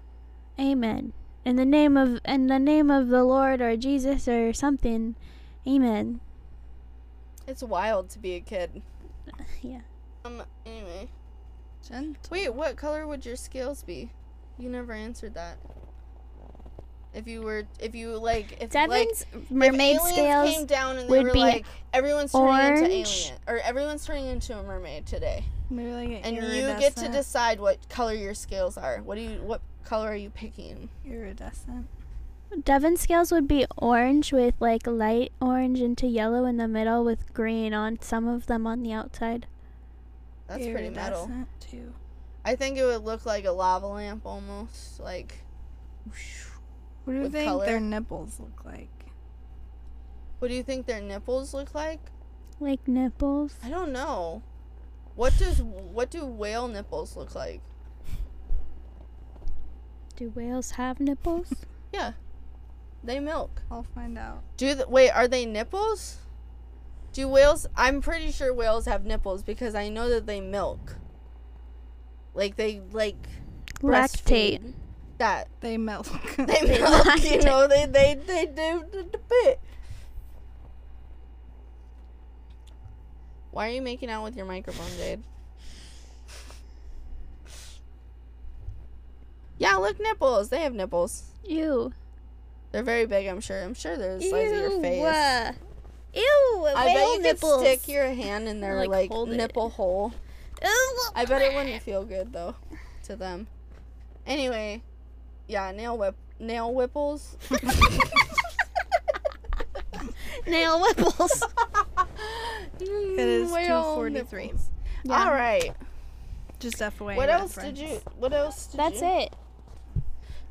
C: Amen. In the name of in the name of the Lord or Jesus or something. Amen.
A: It's wild to be a kid.
C: Yeah.
A: Um anyway. Wait, what color would your scales be? You never answered that. If you were if you like if like
C: Devin's
A: If
C: mermaid
A: aliens
C: scales
A: came down and they
C: would
A: were
C: be
A: like everyone's turning into
C: orange.
A: alien or everyone's turning into a mermaid today
B: Maybe like an
A: and you get to
B: iridescent-
A: decide what color your scales are what do you what color are you picking
B: iridescent.
C: Devin's scales would be orange with like light orange into yellow in the middle with green on some of them on the outside.
A: that's pretty metal
B: Iridescent, Too.
A: i think it would look like a lava lamp almost like
B: What do you
A: With
B: think
A: color?
B: their nipples look like?
A: what do you think their nipples look like
C: Like nipples.
A: i don't know what does what do whale nipples look like
C: Do whales have nipples?
A: yeah they milk
B: I'll find out.
A: Do the, wait, are they nipples? Do whales? I'm pretty sure whales have nipples because I know that they milk. Like they like
C: Lactate.
A: breastfeed. That
B: They milk.
A: they milk, you know. They they they do the, the bit. Why are you making out with your microphone, Jade? Yeah, look nipples. They have nipples.
C: Ew.
A: They're very big. I'm sure. I'm sure they're the size of your face.
C: uh, Ew.
A: I bet you could stick your hand in their
C: Like,
A: like,
C: hold it.
A: nipple hole. I bet it wouldn't feel good though to them. Anyway, yeah, nail whip nail whipples.
C: Nail whipples.
A: it
B: It is 2:43.
A: Mm, All right.
B: Just FYI.
A: What else did you? What else? Did
C: That's
A: you?
C: it.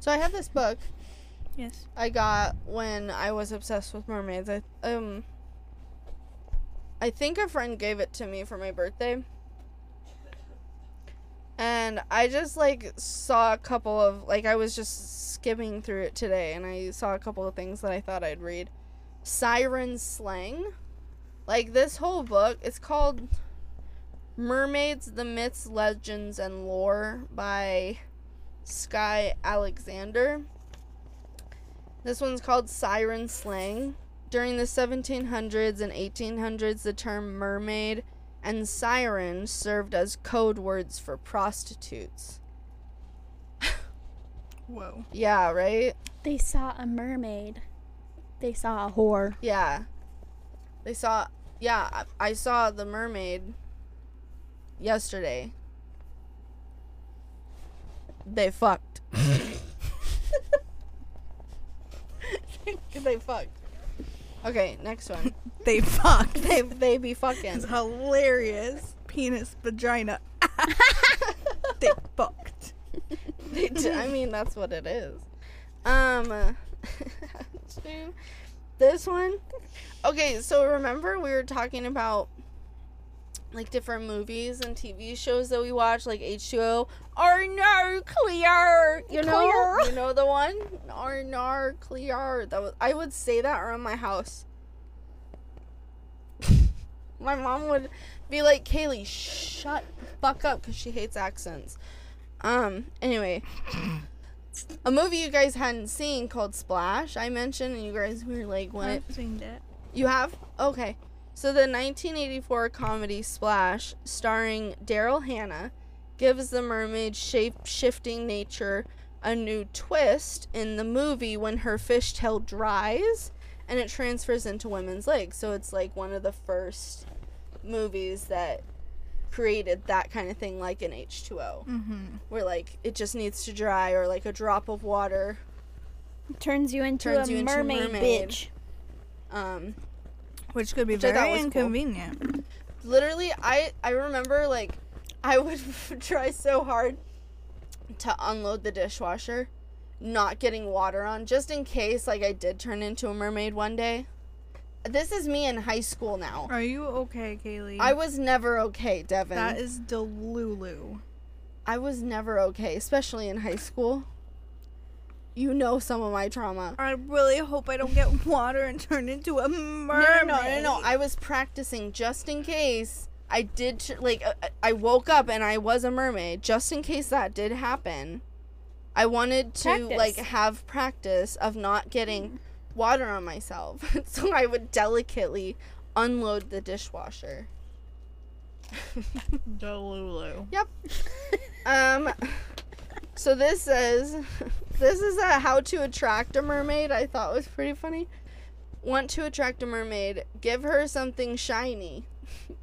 A: So I have this book
B: Yes.
A: I got when I was obsessed with mermaids. I, um, I think a friend gave it to me for my birthday. And I just like saw a couple of like I was just skimming through it today and I saw a couple of things that I thought I'd read. Siren slang. Like this whole book, it's called Mermaids, the Myths, Legends and Lore by Sky Alexander. This one's called Siren Slang. During the 1700s and 1800s, the term mermaid and siren served as code words for prostitutes.
B: Whoa.
A: Yeah, right?
C: They saw a mermaid. They saw a whore.
A: Yeah. They saw, yeah, I- I saw the mermaid yesterday. They fucked. they fucked. Okay, next one.
B: They fucked.
A: They, they be fucking.
B: It's hilarious. Penis, vagina. they fucked.
A: They do- I mean, that's what it is. Um, this one. Okay, so remember we were talking about like different movies and TV shows that we watch, like H2O or Nuclear. You know,
C: Nuclear.
A: you know the one or Nuclear. That was I would say that around my house. My mom would be like, Kaylee, shut the fuck up, because she hates accents. Um. Anyway, a movie you guys hadn't seen called Splash. I mentioned, and you guys were like, "What?
C: I've seen that.
A: You have? Okay." So the 1984 comedy Splash, starring Daryl Hannah, gives the mermaid's shape-shifting nature a new twist in the movie when her fishtail dries and it transfers into women's legs. So it's like one of the first movies that created that kind of thing, like in H2O
B: Mm-hmm.
A: where like it just needs to dry or like a drop of water
C: Turns you into
A: Turns
C: a
A: you into a
C: mermaid,
A: mermaid.
C: bitch.
A: um
B: Which could be
A: Which I thought
B: very
A: was cool.
B: inconvenient.
A: literally i i remember like i would try so hard to unload the dishwasher not getting water on just in case like i did turn into a mermaid one day this is me in high school now
B: Are you okay, Kaylee?
A: i was never okay devin
B: Mm. that is Delulu.
A: i was never okay especially in high school you know some of my trauma
B: I really hope I don't get water and turn into a
A: No,
B: mermaid.
A: No, no, no, no. I was practicing just in case I did, tr- like, uh, uh, I woke up and I was a mermaid just in case that did happen. I wanted to, like,
C: Practice.
A: have practice of not getting water on myself. so I would delicately unload the dishwasher.
B: Delulu.
A: Um, so this says, this is a how to attract a mermaid. I thought was pretty funny. Want to attract a mermaid? Give her something shiny.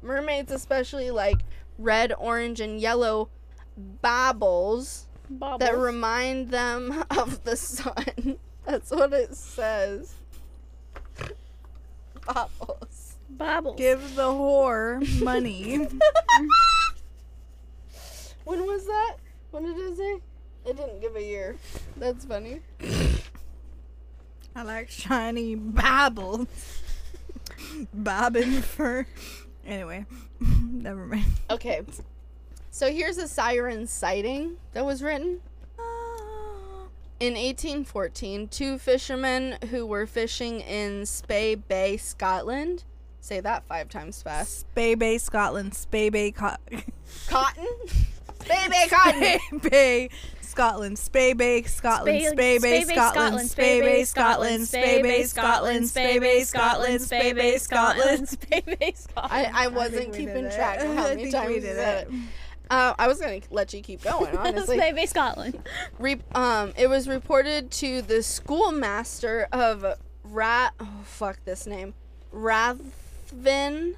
A: Mermaids, especially like red, orange, and yellow baubles
C: Bobbles.
A: that remind them of the sun. That's what it says. Baubles.
C: Bobbles.
B: Give the whore money.
A: When was that? When did it say? It didn't give a year. That's funny.
B: I like shiny babbles. Bobbing for. Anyway, never mind.
A: Okay. So here's a siren sighting that was written.
B: Ah.
A: In 1814, two fishermen who were fishing in Spey Bay, Scotland, say that five times fast.
B: Spay Bay, Scotland. Spay Bay, Co-
A: Cotton? Spey Bay Cotton!
B: Spay Bay, Scotland. Spay Bay, Scotland.
C: Spay-
B: Spey Bay,
C: Spey Bay,
B: Scotland.
C: Scotland.
B: Spey Bay, Scotland. Spey
C: Spey
B: Bay, Scotland. Spey Bay, Scotland. Spey Bay, Scotland.
C: Spey Bay, Scotland.
A: I, I wasn't keeping track of how many times we did it. Uh, I was going to let you keep going, honestly.
C: Spey Bay, Scotland.
A: Re- um, it was reported to the schoolmaster of Ra oh fuck this name, Rathven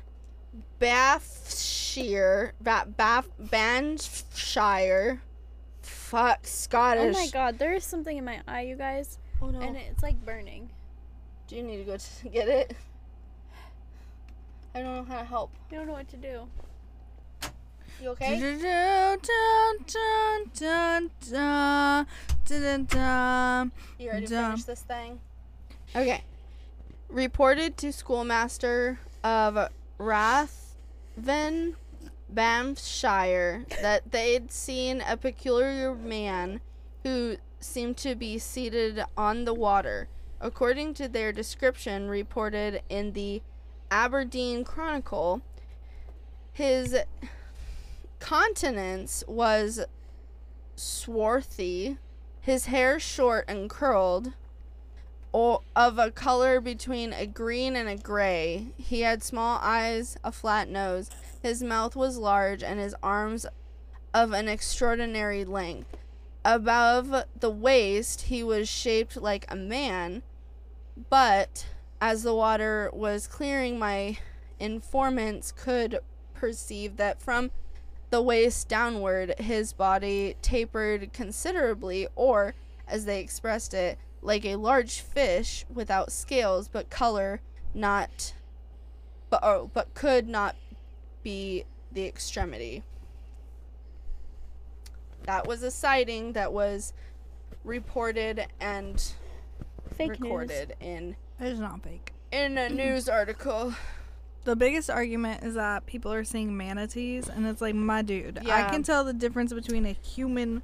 A: Bathshire, ba- Bath Banshire. Fuck
C: Oh
A: Scottish.
C: my god, there is something in my eye, you guys,
A: Oh no.
C: and it's like burning.
A: Do you need to go to get it? I don't know how to help.
C: I don't know what to do.
A: You okay?
B: Wait,
A: You ready to
B: Dumb.
A: finish this thing? Okay. Reported to schoolmaster of Rathven, Banffshire, that they'd seen a peculiar man who seemed to be seated on the water. According to their description reported in the Aberdeen Chronicle, his countenance was swarthy, his hair short and curled, o- of a color between a green and a gray. He had small eyes, a flat nose. His mouth was large, and his arms of an extraordinary length. Above the waist, he was shaped like a man, but as the water was clearing, my informants could perceive that from the waist downward, his body tapered considerably, or, as they expressed it, like a large fish without scales, but color not, but oh, but could not be the extremity. That was a sighting that was reported and
C: Fake
A: recorded in
B: it's not fake.
A: in a news article.
B: The biggest argument is that people are seeing manatees, and it's like, my dude,
A: Yeah.
B: I can tell the difference between a human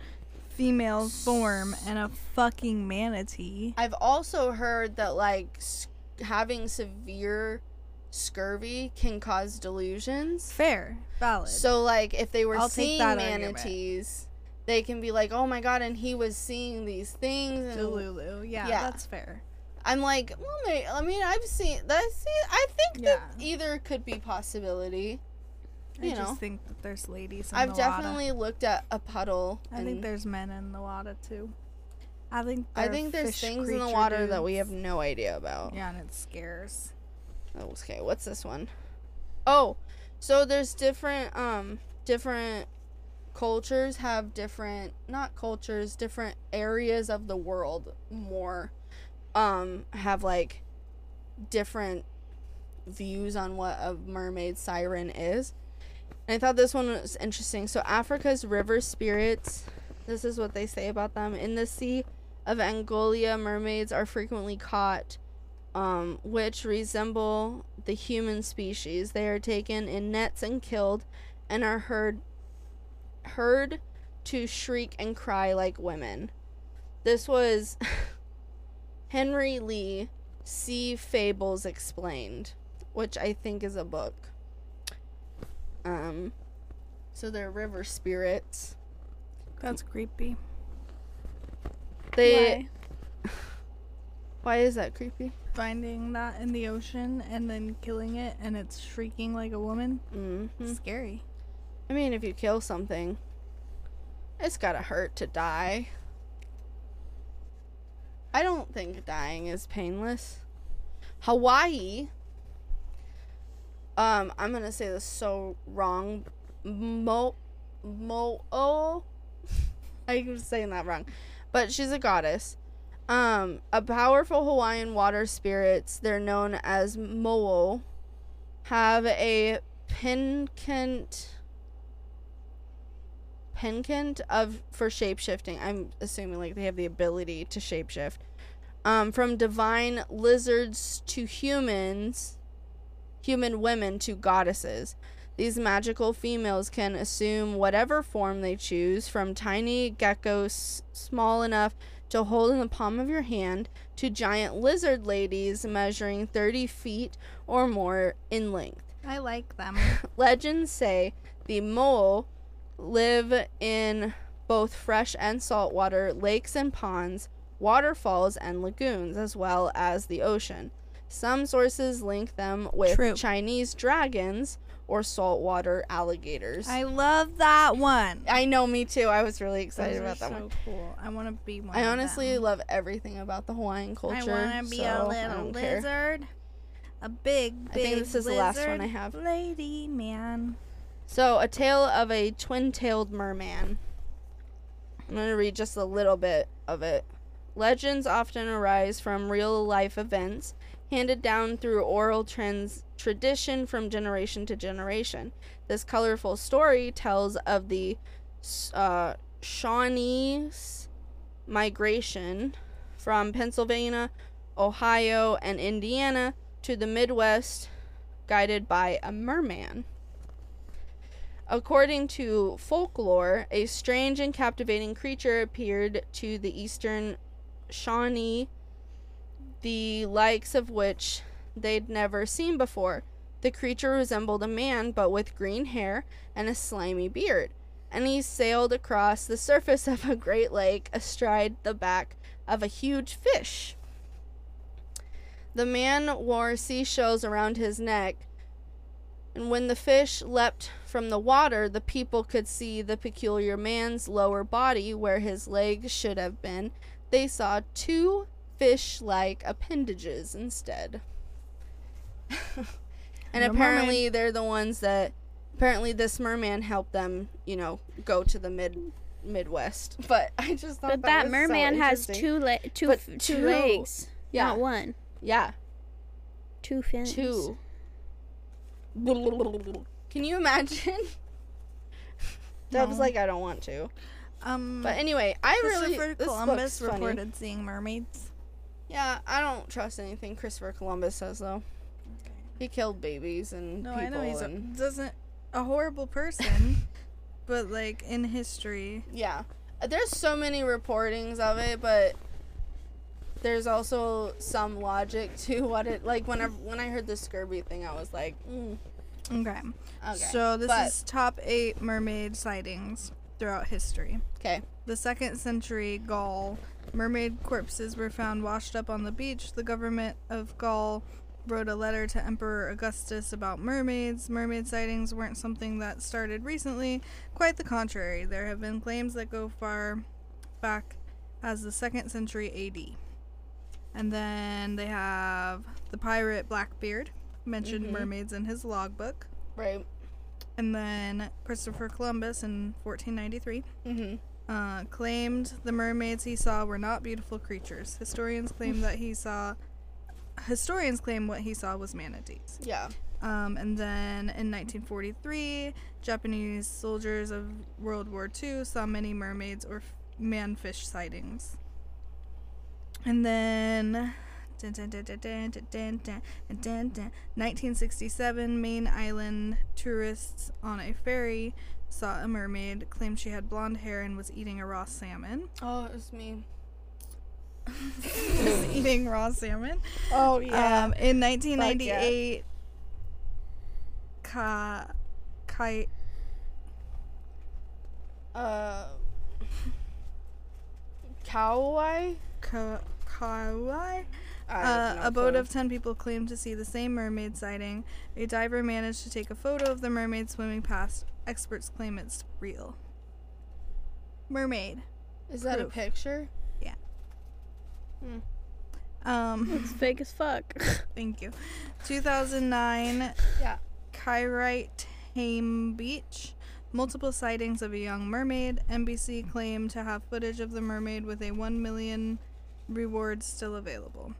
B: female form and a fucking manatee.
A: I've also heard that like s- having severe scurvy can cause delusions.
B: Fair, valid.
A: So like if they were
B: I'll take
A: seeing
B: that argument.
A: manatees, they can be like, "Oh my god!" And he was seeing these things. And
B: Delulu. Yeah,
A: Yeah.
B: that's fair.
A: I'm like, well, may- I mean, I've seen that. See, I think that
B: Yeah.
A: either could be possibility.
B: I
A: You
B: just
A: know.
B: think that there's ladies in
A: I've
B: the
A: definitely looked at a puddle.
B: water. I
A: and
B: think there's men in the water too. I think
A: I
B: they're
A: think there's
B: fish
A: things in the
B: creature
A: water that we
B: dudes.
A: have no idea about.
B: Yeah, and it scares.
A: Oh, Okay, what's this one? Oh, so there's different um different cultures have different not cultures, different areas of the world more um have like different views on what a mermaid siren is. And I thought this one was interesting. So Africa's river spirits, this is what they say about them. In the sea of Angola, mermaids are frequently caught um, which resemble the human species. They are taken in nets and killed, and are heard heard to shriek and cry like women. This was Henry Lee Sea Fables Explained, which I think is a book. Um, so they're river spirits.
B: That's creepy.
A: They why is that creepy?
B: Finding that in the ocean and then killing it and it's shrieking like a woman.
A: hmm
B: Scary.
A: I mean, if you kill something, it's gotta hurt to die. I don't think dying is painless. Hawaii. Um, I'm gonna say this so wrong. Mo, mo, oh, I'm saying that wrong, but she's a goddess. Um, a powerful Hawaiian water spirits. They're known as mo'o. Have a pincant penkant of for shapeshifting. I'm assuming like they have the ability to shapeshift. Um, from divine lizards to humans, human women to goddesses. These magical females can assume whatever form they choose, from tiny geckos small enough to hold in the palm of your hand to giant lizard ladies measuring 30 feet or more in length.
B: I like them.
A: Legends say the mole live in both fresh and saltwater lakes and ponds, waterfalls and lagoons, as well as the ocean. Some sources link them with
B: True.
A: Chinese dragons or saltwater alligators. I,
B: I love that one.
A: know, me too. I was really excited
B: Those are
A: about that
B: so
A: one.
B: cool. I want to be one.
A: I
B: of
A: honestly
B: them.
A: love everything about the Hawaiian culture.
B: I want to be
A: so
B: a
A: I
B: little
A: don't care.
B: lizard. A big,
A: I
B: big
A: think this is the last one I
B: lizard
A: have.
B: Lady, man.
A: So, a tale of a twin tailed merman. I'm going to read just a little bit of it. Legends often arise from real life events handed down through oral trans- tradition from generation to generation. This colorful story tells of the uh, Shawnees migration from Pennsylvania, Ohio, and Indiana to the Midwest, guided by a merman. According to folklore, a strange and captivating creature appeared to the eastern Shawnee, the likes of which they'd never seen before. The creature resembled a man, but with green hair and a slimy beard, and he sailed across the surface of a great lake astride the back of a huge fish. The man wore seashells around his neck, and when the fish leapt from the water, the people could see the peculiar man's lower body where his legs should have been. They saw two fish like appendages instead. and
B: You're a
A: apparently, they're the ones that. Apparently, this merman helped them, you know, go to the mid Midwest. But I just thought
C: But
A: Oh, that,
C: that
A: was so
C: merman has
A: interesting.
C: two le- two,
A: But
C: f- two
A: two-
C: legs,
A: Yeah,
C: not one.
A: yeah,
C: Two fins.
A: two. Can you imagine? that was
B: No.
A: like I don't want to.
B: Um,
A: But anyway, I really
B: Christopher
A: this
B: Columbus
A: looks funny.
B: reported seeing mermaids.
A: Yeah, I don't trust anything Christopher Columbus says though.
B: Okay.
A: He killed babies and
B: No, I
A: people
B: know he's a,
A: and
B: doesn't a horrible person, but like in history,
A: yeah. There's so many reportings of it, but there's also some logic to what it like. When I when I heard the Scurvy thing, I was like, mm,
B: okay.
A: okay.
B: So this
A: But-
B: is top eight mermaid sightings. throughout history.
A: Okay.
B: The second century Gaul, mermaid corpses were found washed up on the beach. The government of Gaul wrote a letter to Emperor Augustus about mermaids. Mermaid sightings weren't something that started recently, quite the contrary. There have been claims that go far back as the second century AD. And then they have the pirate Blackbeard mentioned
A: Mhm.
B: mermaids in his logbook.
A: Right.
B: And then Christopher Columbus in 1493
A: Mm-hmm.
B: uh, claimed the mermaids he saw were not beautiful creatures. Historians claim that he saw. Historians claim what he saw was manatees.
A: Yeah.
B: Um, and then in 1943, Japanese soldiers of World War II saw many mermaids or f- manfish sightings. And then. dun, dun, dun, dun, dun, dun, dun, dun, dun, dun, dun. 1967, Maine Island tourists on a ferry saw a mermaid, claimed she had blonde hair and was eating a raw salmon.
A: Oh, it was me.
B: was eating raw salmon.
A: Oh
B: Um, in 1998, Ka, Kai,
A: uh. Kauai.
B: Ka, Kauai,
A: I
B: uh,
A: have no
B: a boat
A: clue.
B: of 10 people claimed to see the same mermaid sighting. A diver managed to take a photo of the mermaid swimming past. Experts claim it's real. Mermaid.
A: Is that a
B: proof.
A: picture?
B: Um,
C: It's fake as fuck.
B: thank you. 2009,
A: Yeah.
B: Kyrite Tame Beach. Multiple sightings of a young mermaid. NBC claimed to have footage of the mermaid with a 1 million reward still available.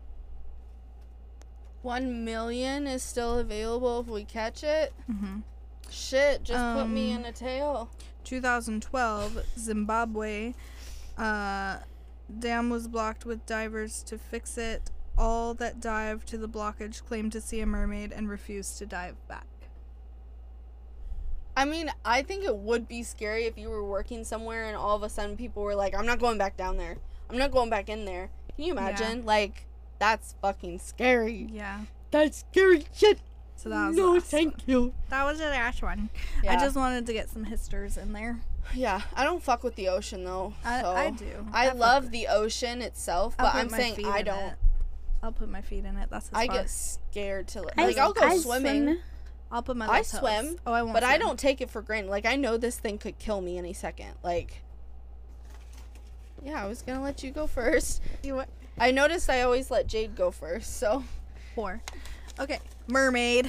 A: One million is still available if we catch it.
B: Mm-hmm.
A: Shit, just put me
B: Um,
A: in a tail.
B: 2012, Zimbabwe. Uh, dam was blocked with divers to fix it. All that dived to the blockage claimed to see a mermaid and refused to dive back.
A: I mean, I think it would be scary if you were working somewhere and all of a sudden people were like, I'm not going back down there. I'm not going back in there. Can you
B: Yeah.
A: imagine? Like, that's fucking scary.
B: Yeah.
A: That's scary shit.
B: So that was the
A: no,
B: last
A: thank
B: one.
A: you.
B: That was the last one.
A: Yeah.
B: I just wanted to get some histers in there.
A: yeah, I don't fuck with the ocean though.
B: I,
A: so.
B: I do.
A: I,
B: fuck
A: love
B: with-
A: the ocean itself,
B: I'll
A: but
B: put
A: I'm
B: my
A: saying
B: feet
A: I
B: in
A: don't.
B: it. I'll put my feet in it. That's as
A: I
B: far.
A: get scared to like. I'll go swimming,
B: I'll put my.
A: I
B: little toes.
A: swim,
B: Oh, I won't.
A: but I
B: swim.
A: don't take it for granted. Like I know this thing could kill me any second. Like. Yeah, I was gonna let you go first.
B: You what?
A: I noticed I always let Jade go first, so.
B: Four. Okay. Mermaid.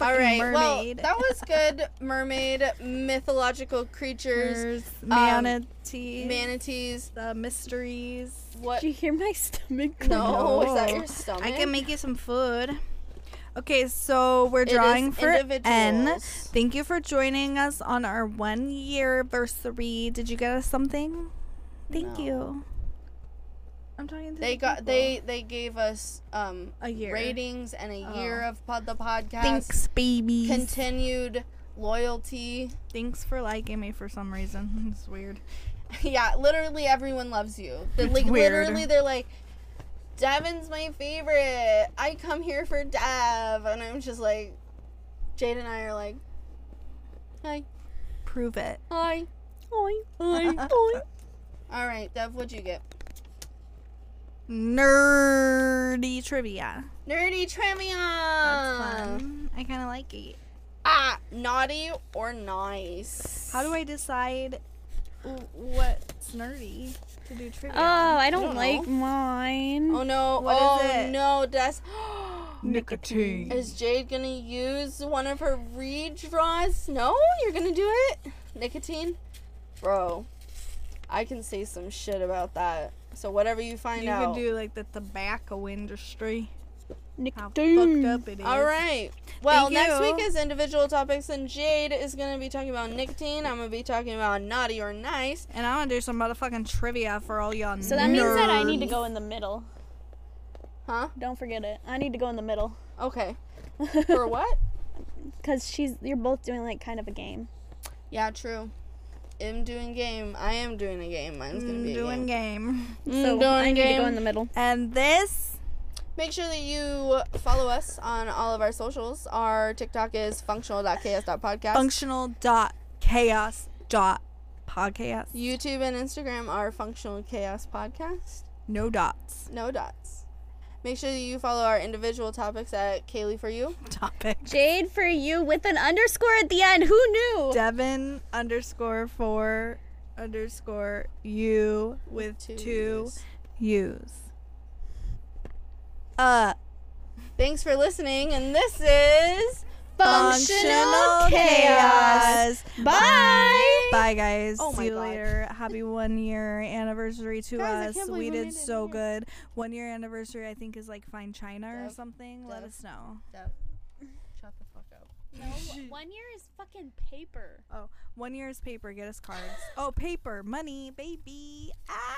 A: All
B: Fucking
A: right, well,
B: mermaid.
A: that was good. Mermaid, mythological creatures,
B: There's manatee.
A: manatees.
B: the mysteries.
A: What?
C: Did you hear my stomach?
A: No, is that
B: No.
A: your stomach?
B: I can make you some food. Okay, so we're
A: It is
B: drawing for N.
A: individuals.
B: Thank you for joining us on our one year anniversary. Did you get us something? Thank
A: No.
B: you. I'm talking to
A: They
B: the
A: got
B: people.
A: they they gave us um
B: a year.
A: ratings and a
B: Oh.
A: year of pod, the podcast.
B: Thanks, babies.
A: Continued loyalty.
B: Thanks for liking me for some reason. It's weird.
A: yeah, literally everyone loves you. They, like
B: Weird.
A: literally, they're like. Devin's my favorite. I come here for Dev, and I'm just like, Jade and I are like, hi,
B: Prove it.
A: hi.
C: Oi, oi, oi.
A: All right, Dev, what'd you get?
B: Nerdy trivia.
A: Nerdy trivia.
B: That's fun. I kind of like it.
A: Ah, naughty or nice?
B: How do I decide w- what's nerdy to do trivia?
C: Oh, I
A: I
C: don't
A: don't
C: like
A: know.
C: mine.
A: Oh no!
B: What is
A: oh
B: it?
A: no, Des.
B: nicotine.
A: Is Jade gonna use one of her redraws? No, you're gonna do it. Nicotine, bro. I can say some shit about that. So whatever you find
B: You
A: out.
B: could do like the tobacco industry. How
C: Nicotine.
B: fucked up it is.
A: All right. Well,
B: Thank
A: next
B: you.
A: week is individual topics, and Jade is gonna be talking about nicotine. I'm gonna be talking about naughty or nice.
B: And I'm gonna do some motherfucking trivia for all y'all.
C: So that means that I need to
B: nerds.
C: go in the middle.
A: Huh?
C: Don't forget it. I need to go in the middle.
A: Okay. For what?
C: Because she's, you're both doing like kind of a game.
A: Yeah, true. I'm doing game. I am doing a game. Mine's gonna be
B: Mm,
A: a
B: doing
A: game.
B: game.
A: Mm,
C: so
A: doing
C: I need to
A: game.
C: go in the middle.
B: And this
A: Make sure that you follow us on all of our socials. Our TikTok is functional.ks.podcast.
B: functional dot chaos dot podcast.
A: YouTube and Instagram are Functional Chaos Podcast.
B: No dots.
A: No dots. Make sure that you follow our individual topics at Kaylee for You.
B: Topic.
C: Jade for you with an underscore at the end. Who
B: Oh.
C: knew?
B: Devin underscore four underscore you with two,
A: Twos.
B: U's. Uh,
A: Thanks for listening, and this is
B: functional chaos.
C: Bye.
B: Bye, guys.
A: Oh my
B: See you
A: God.
B: later. Happy one year anniversary to
A: Guys, I
B: us.
A: can't believe
B: We
A: we
B: did
A: made it
B: so
A: here.
B: good. One year anniversary, I think, is like Fine China or
A: Deb,
B: something. Let
A: Deb.
B: us know.
A: Shut the fuck up.
C: one year is fucking paper.
B: One year is paper. Get us cards. oh, paper, money, baby. Ah!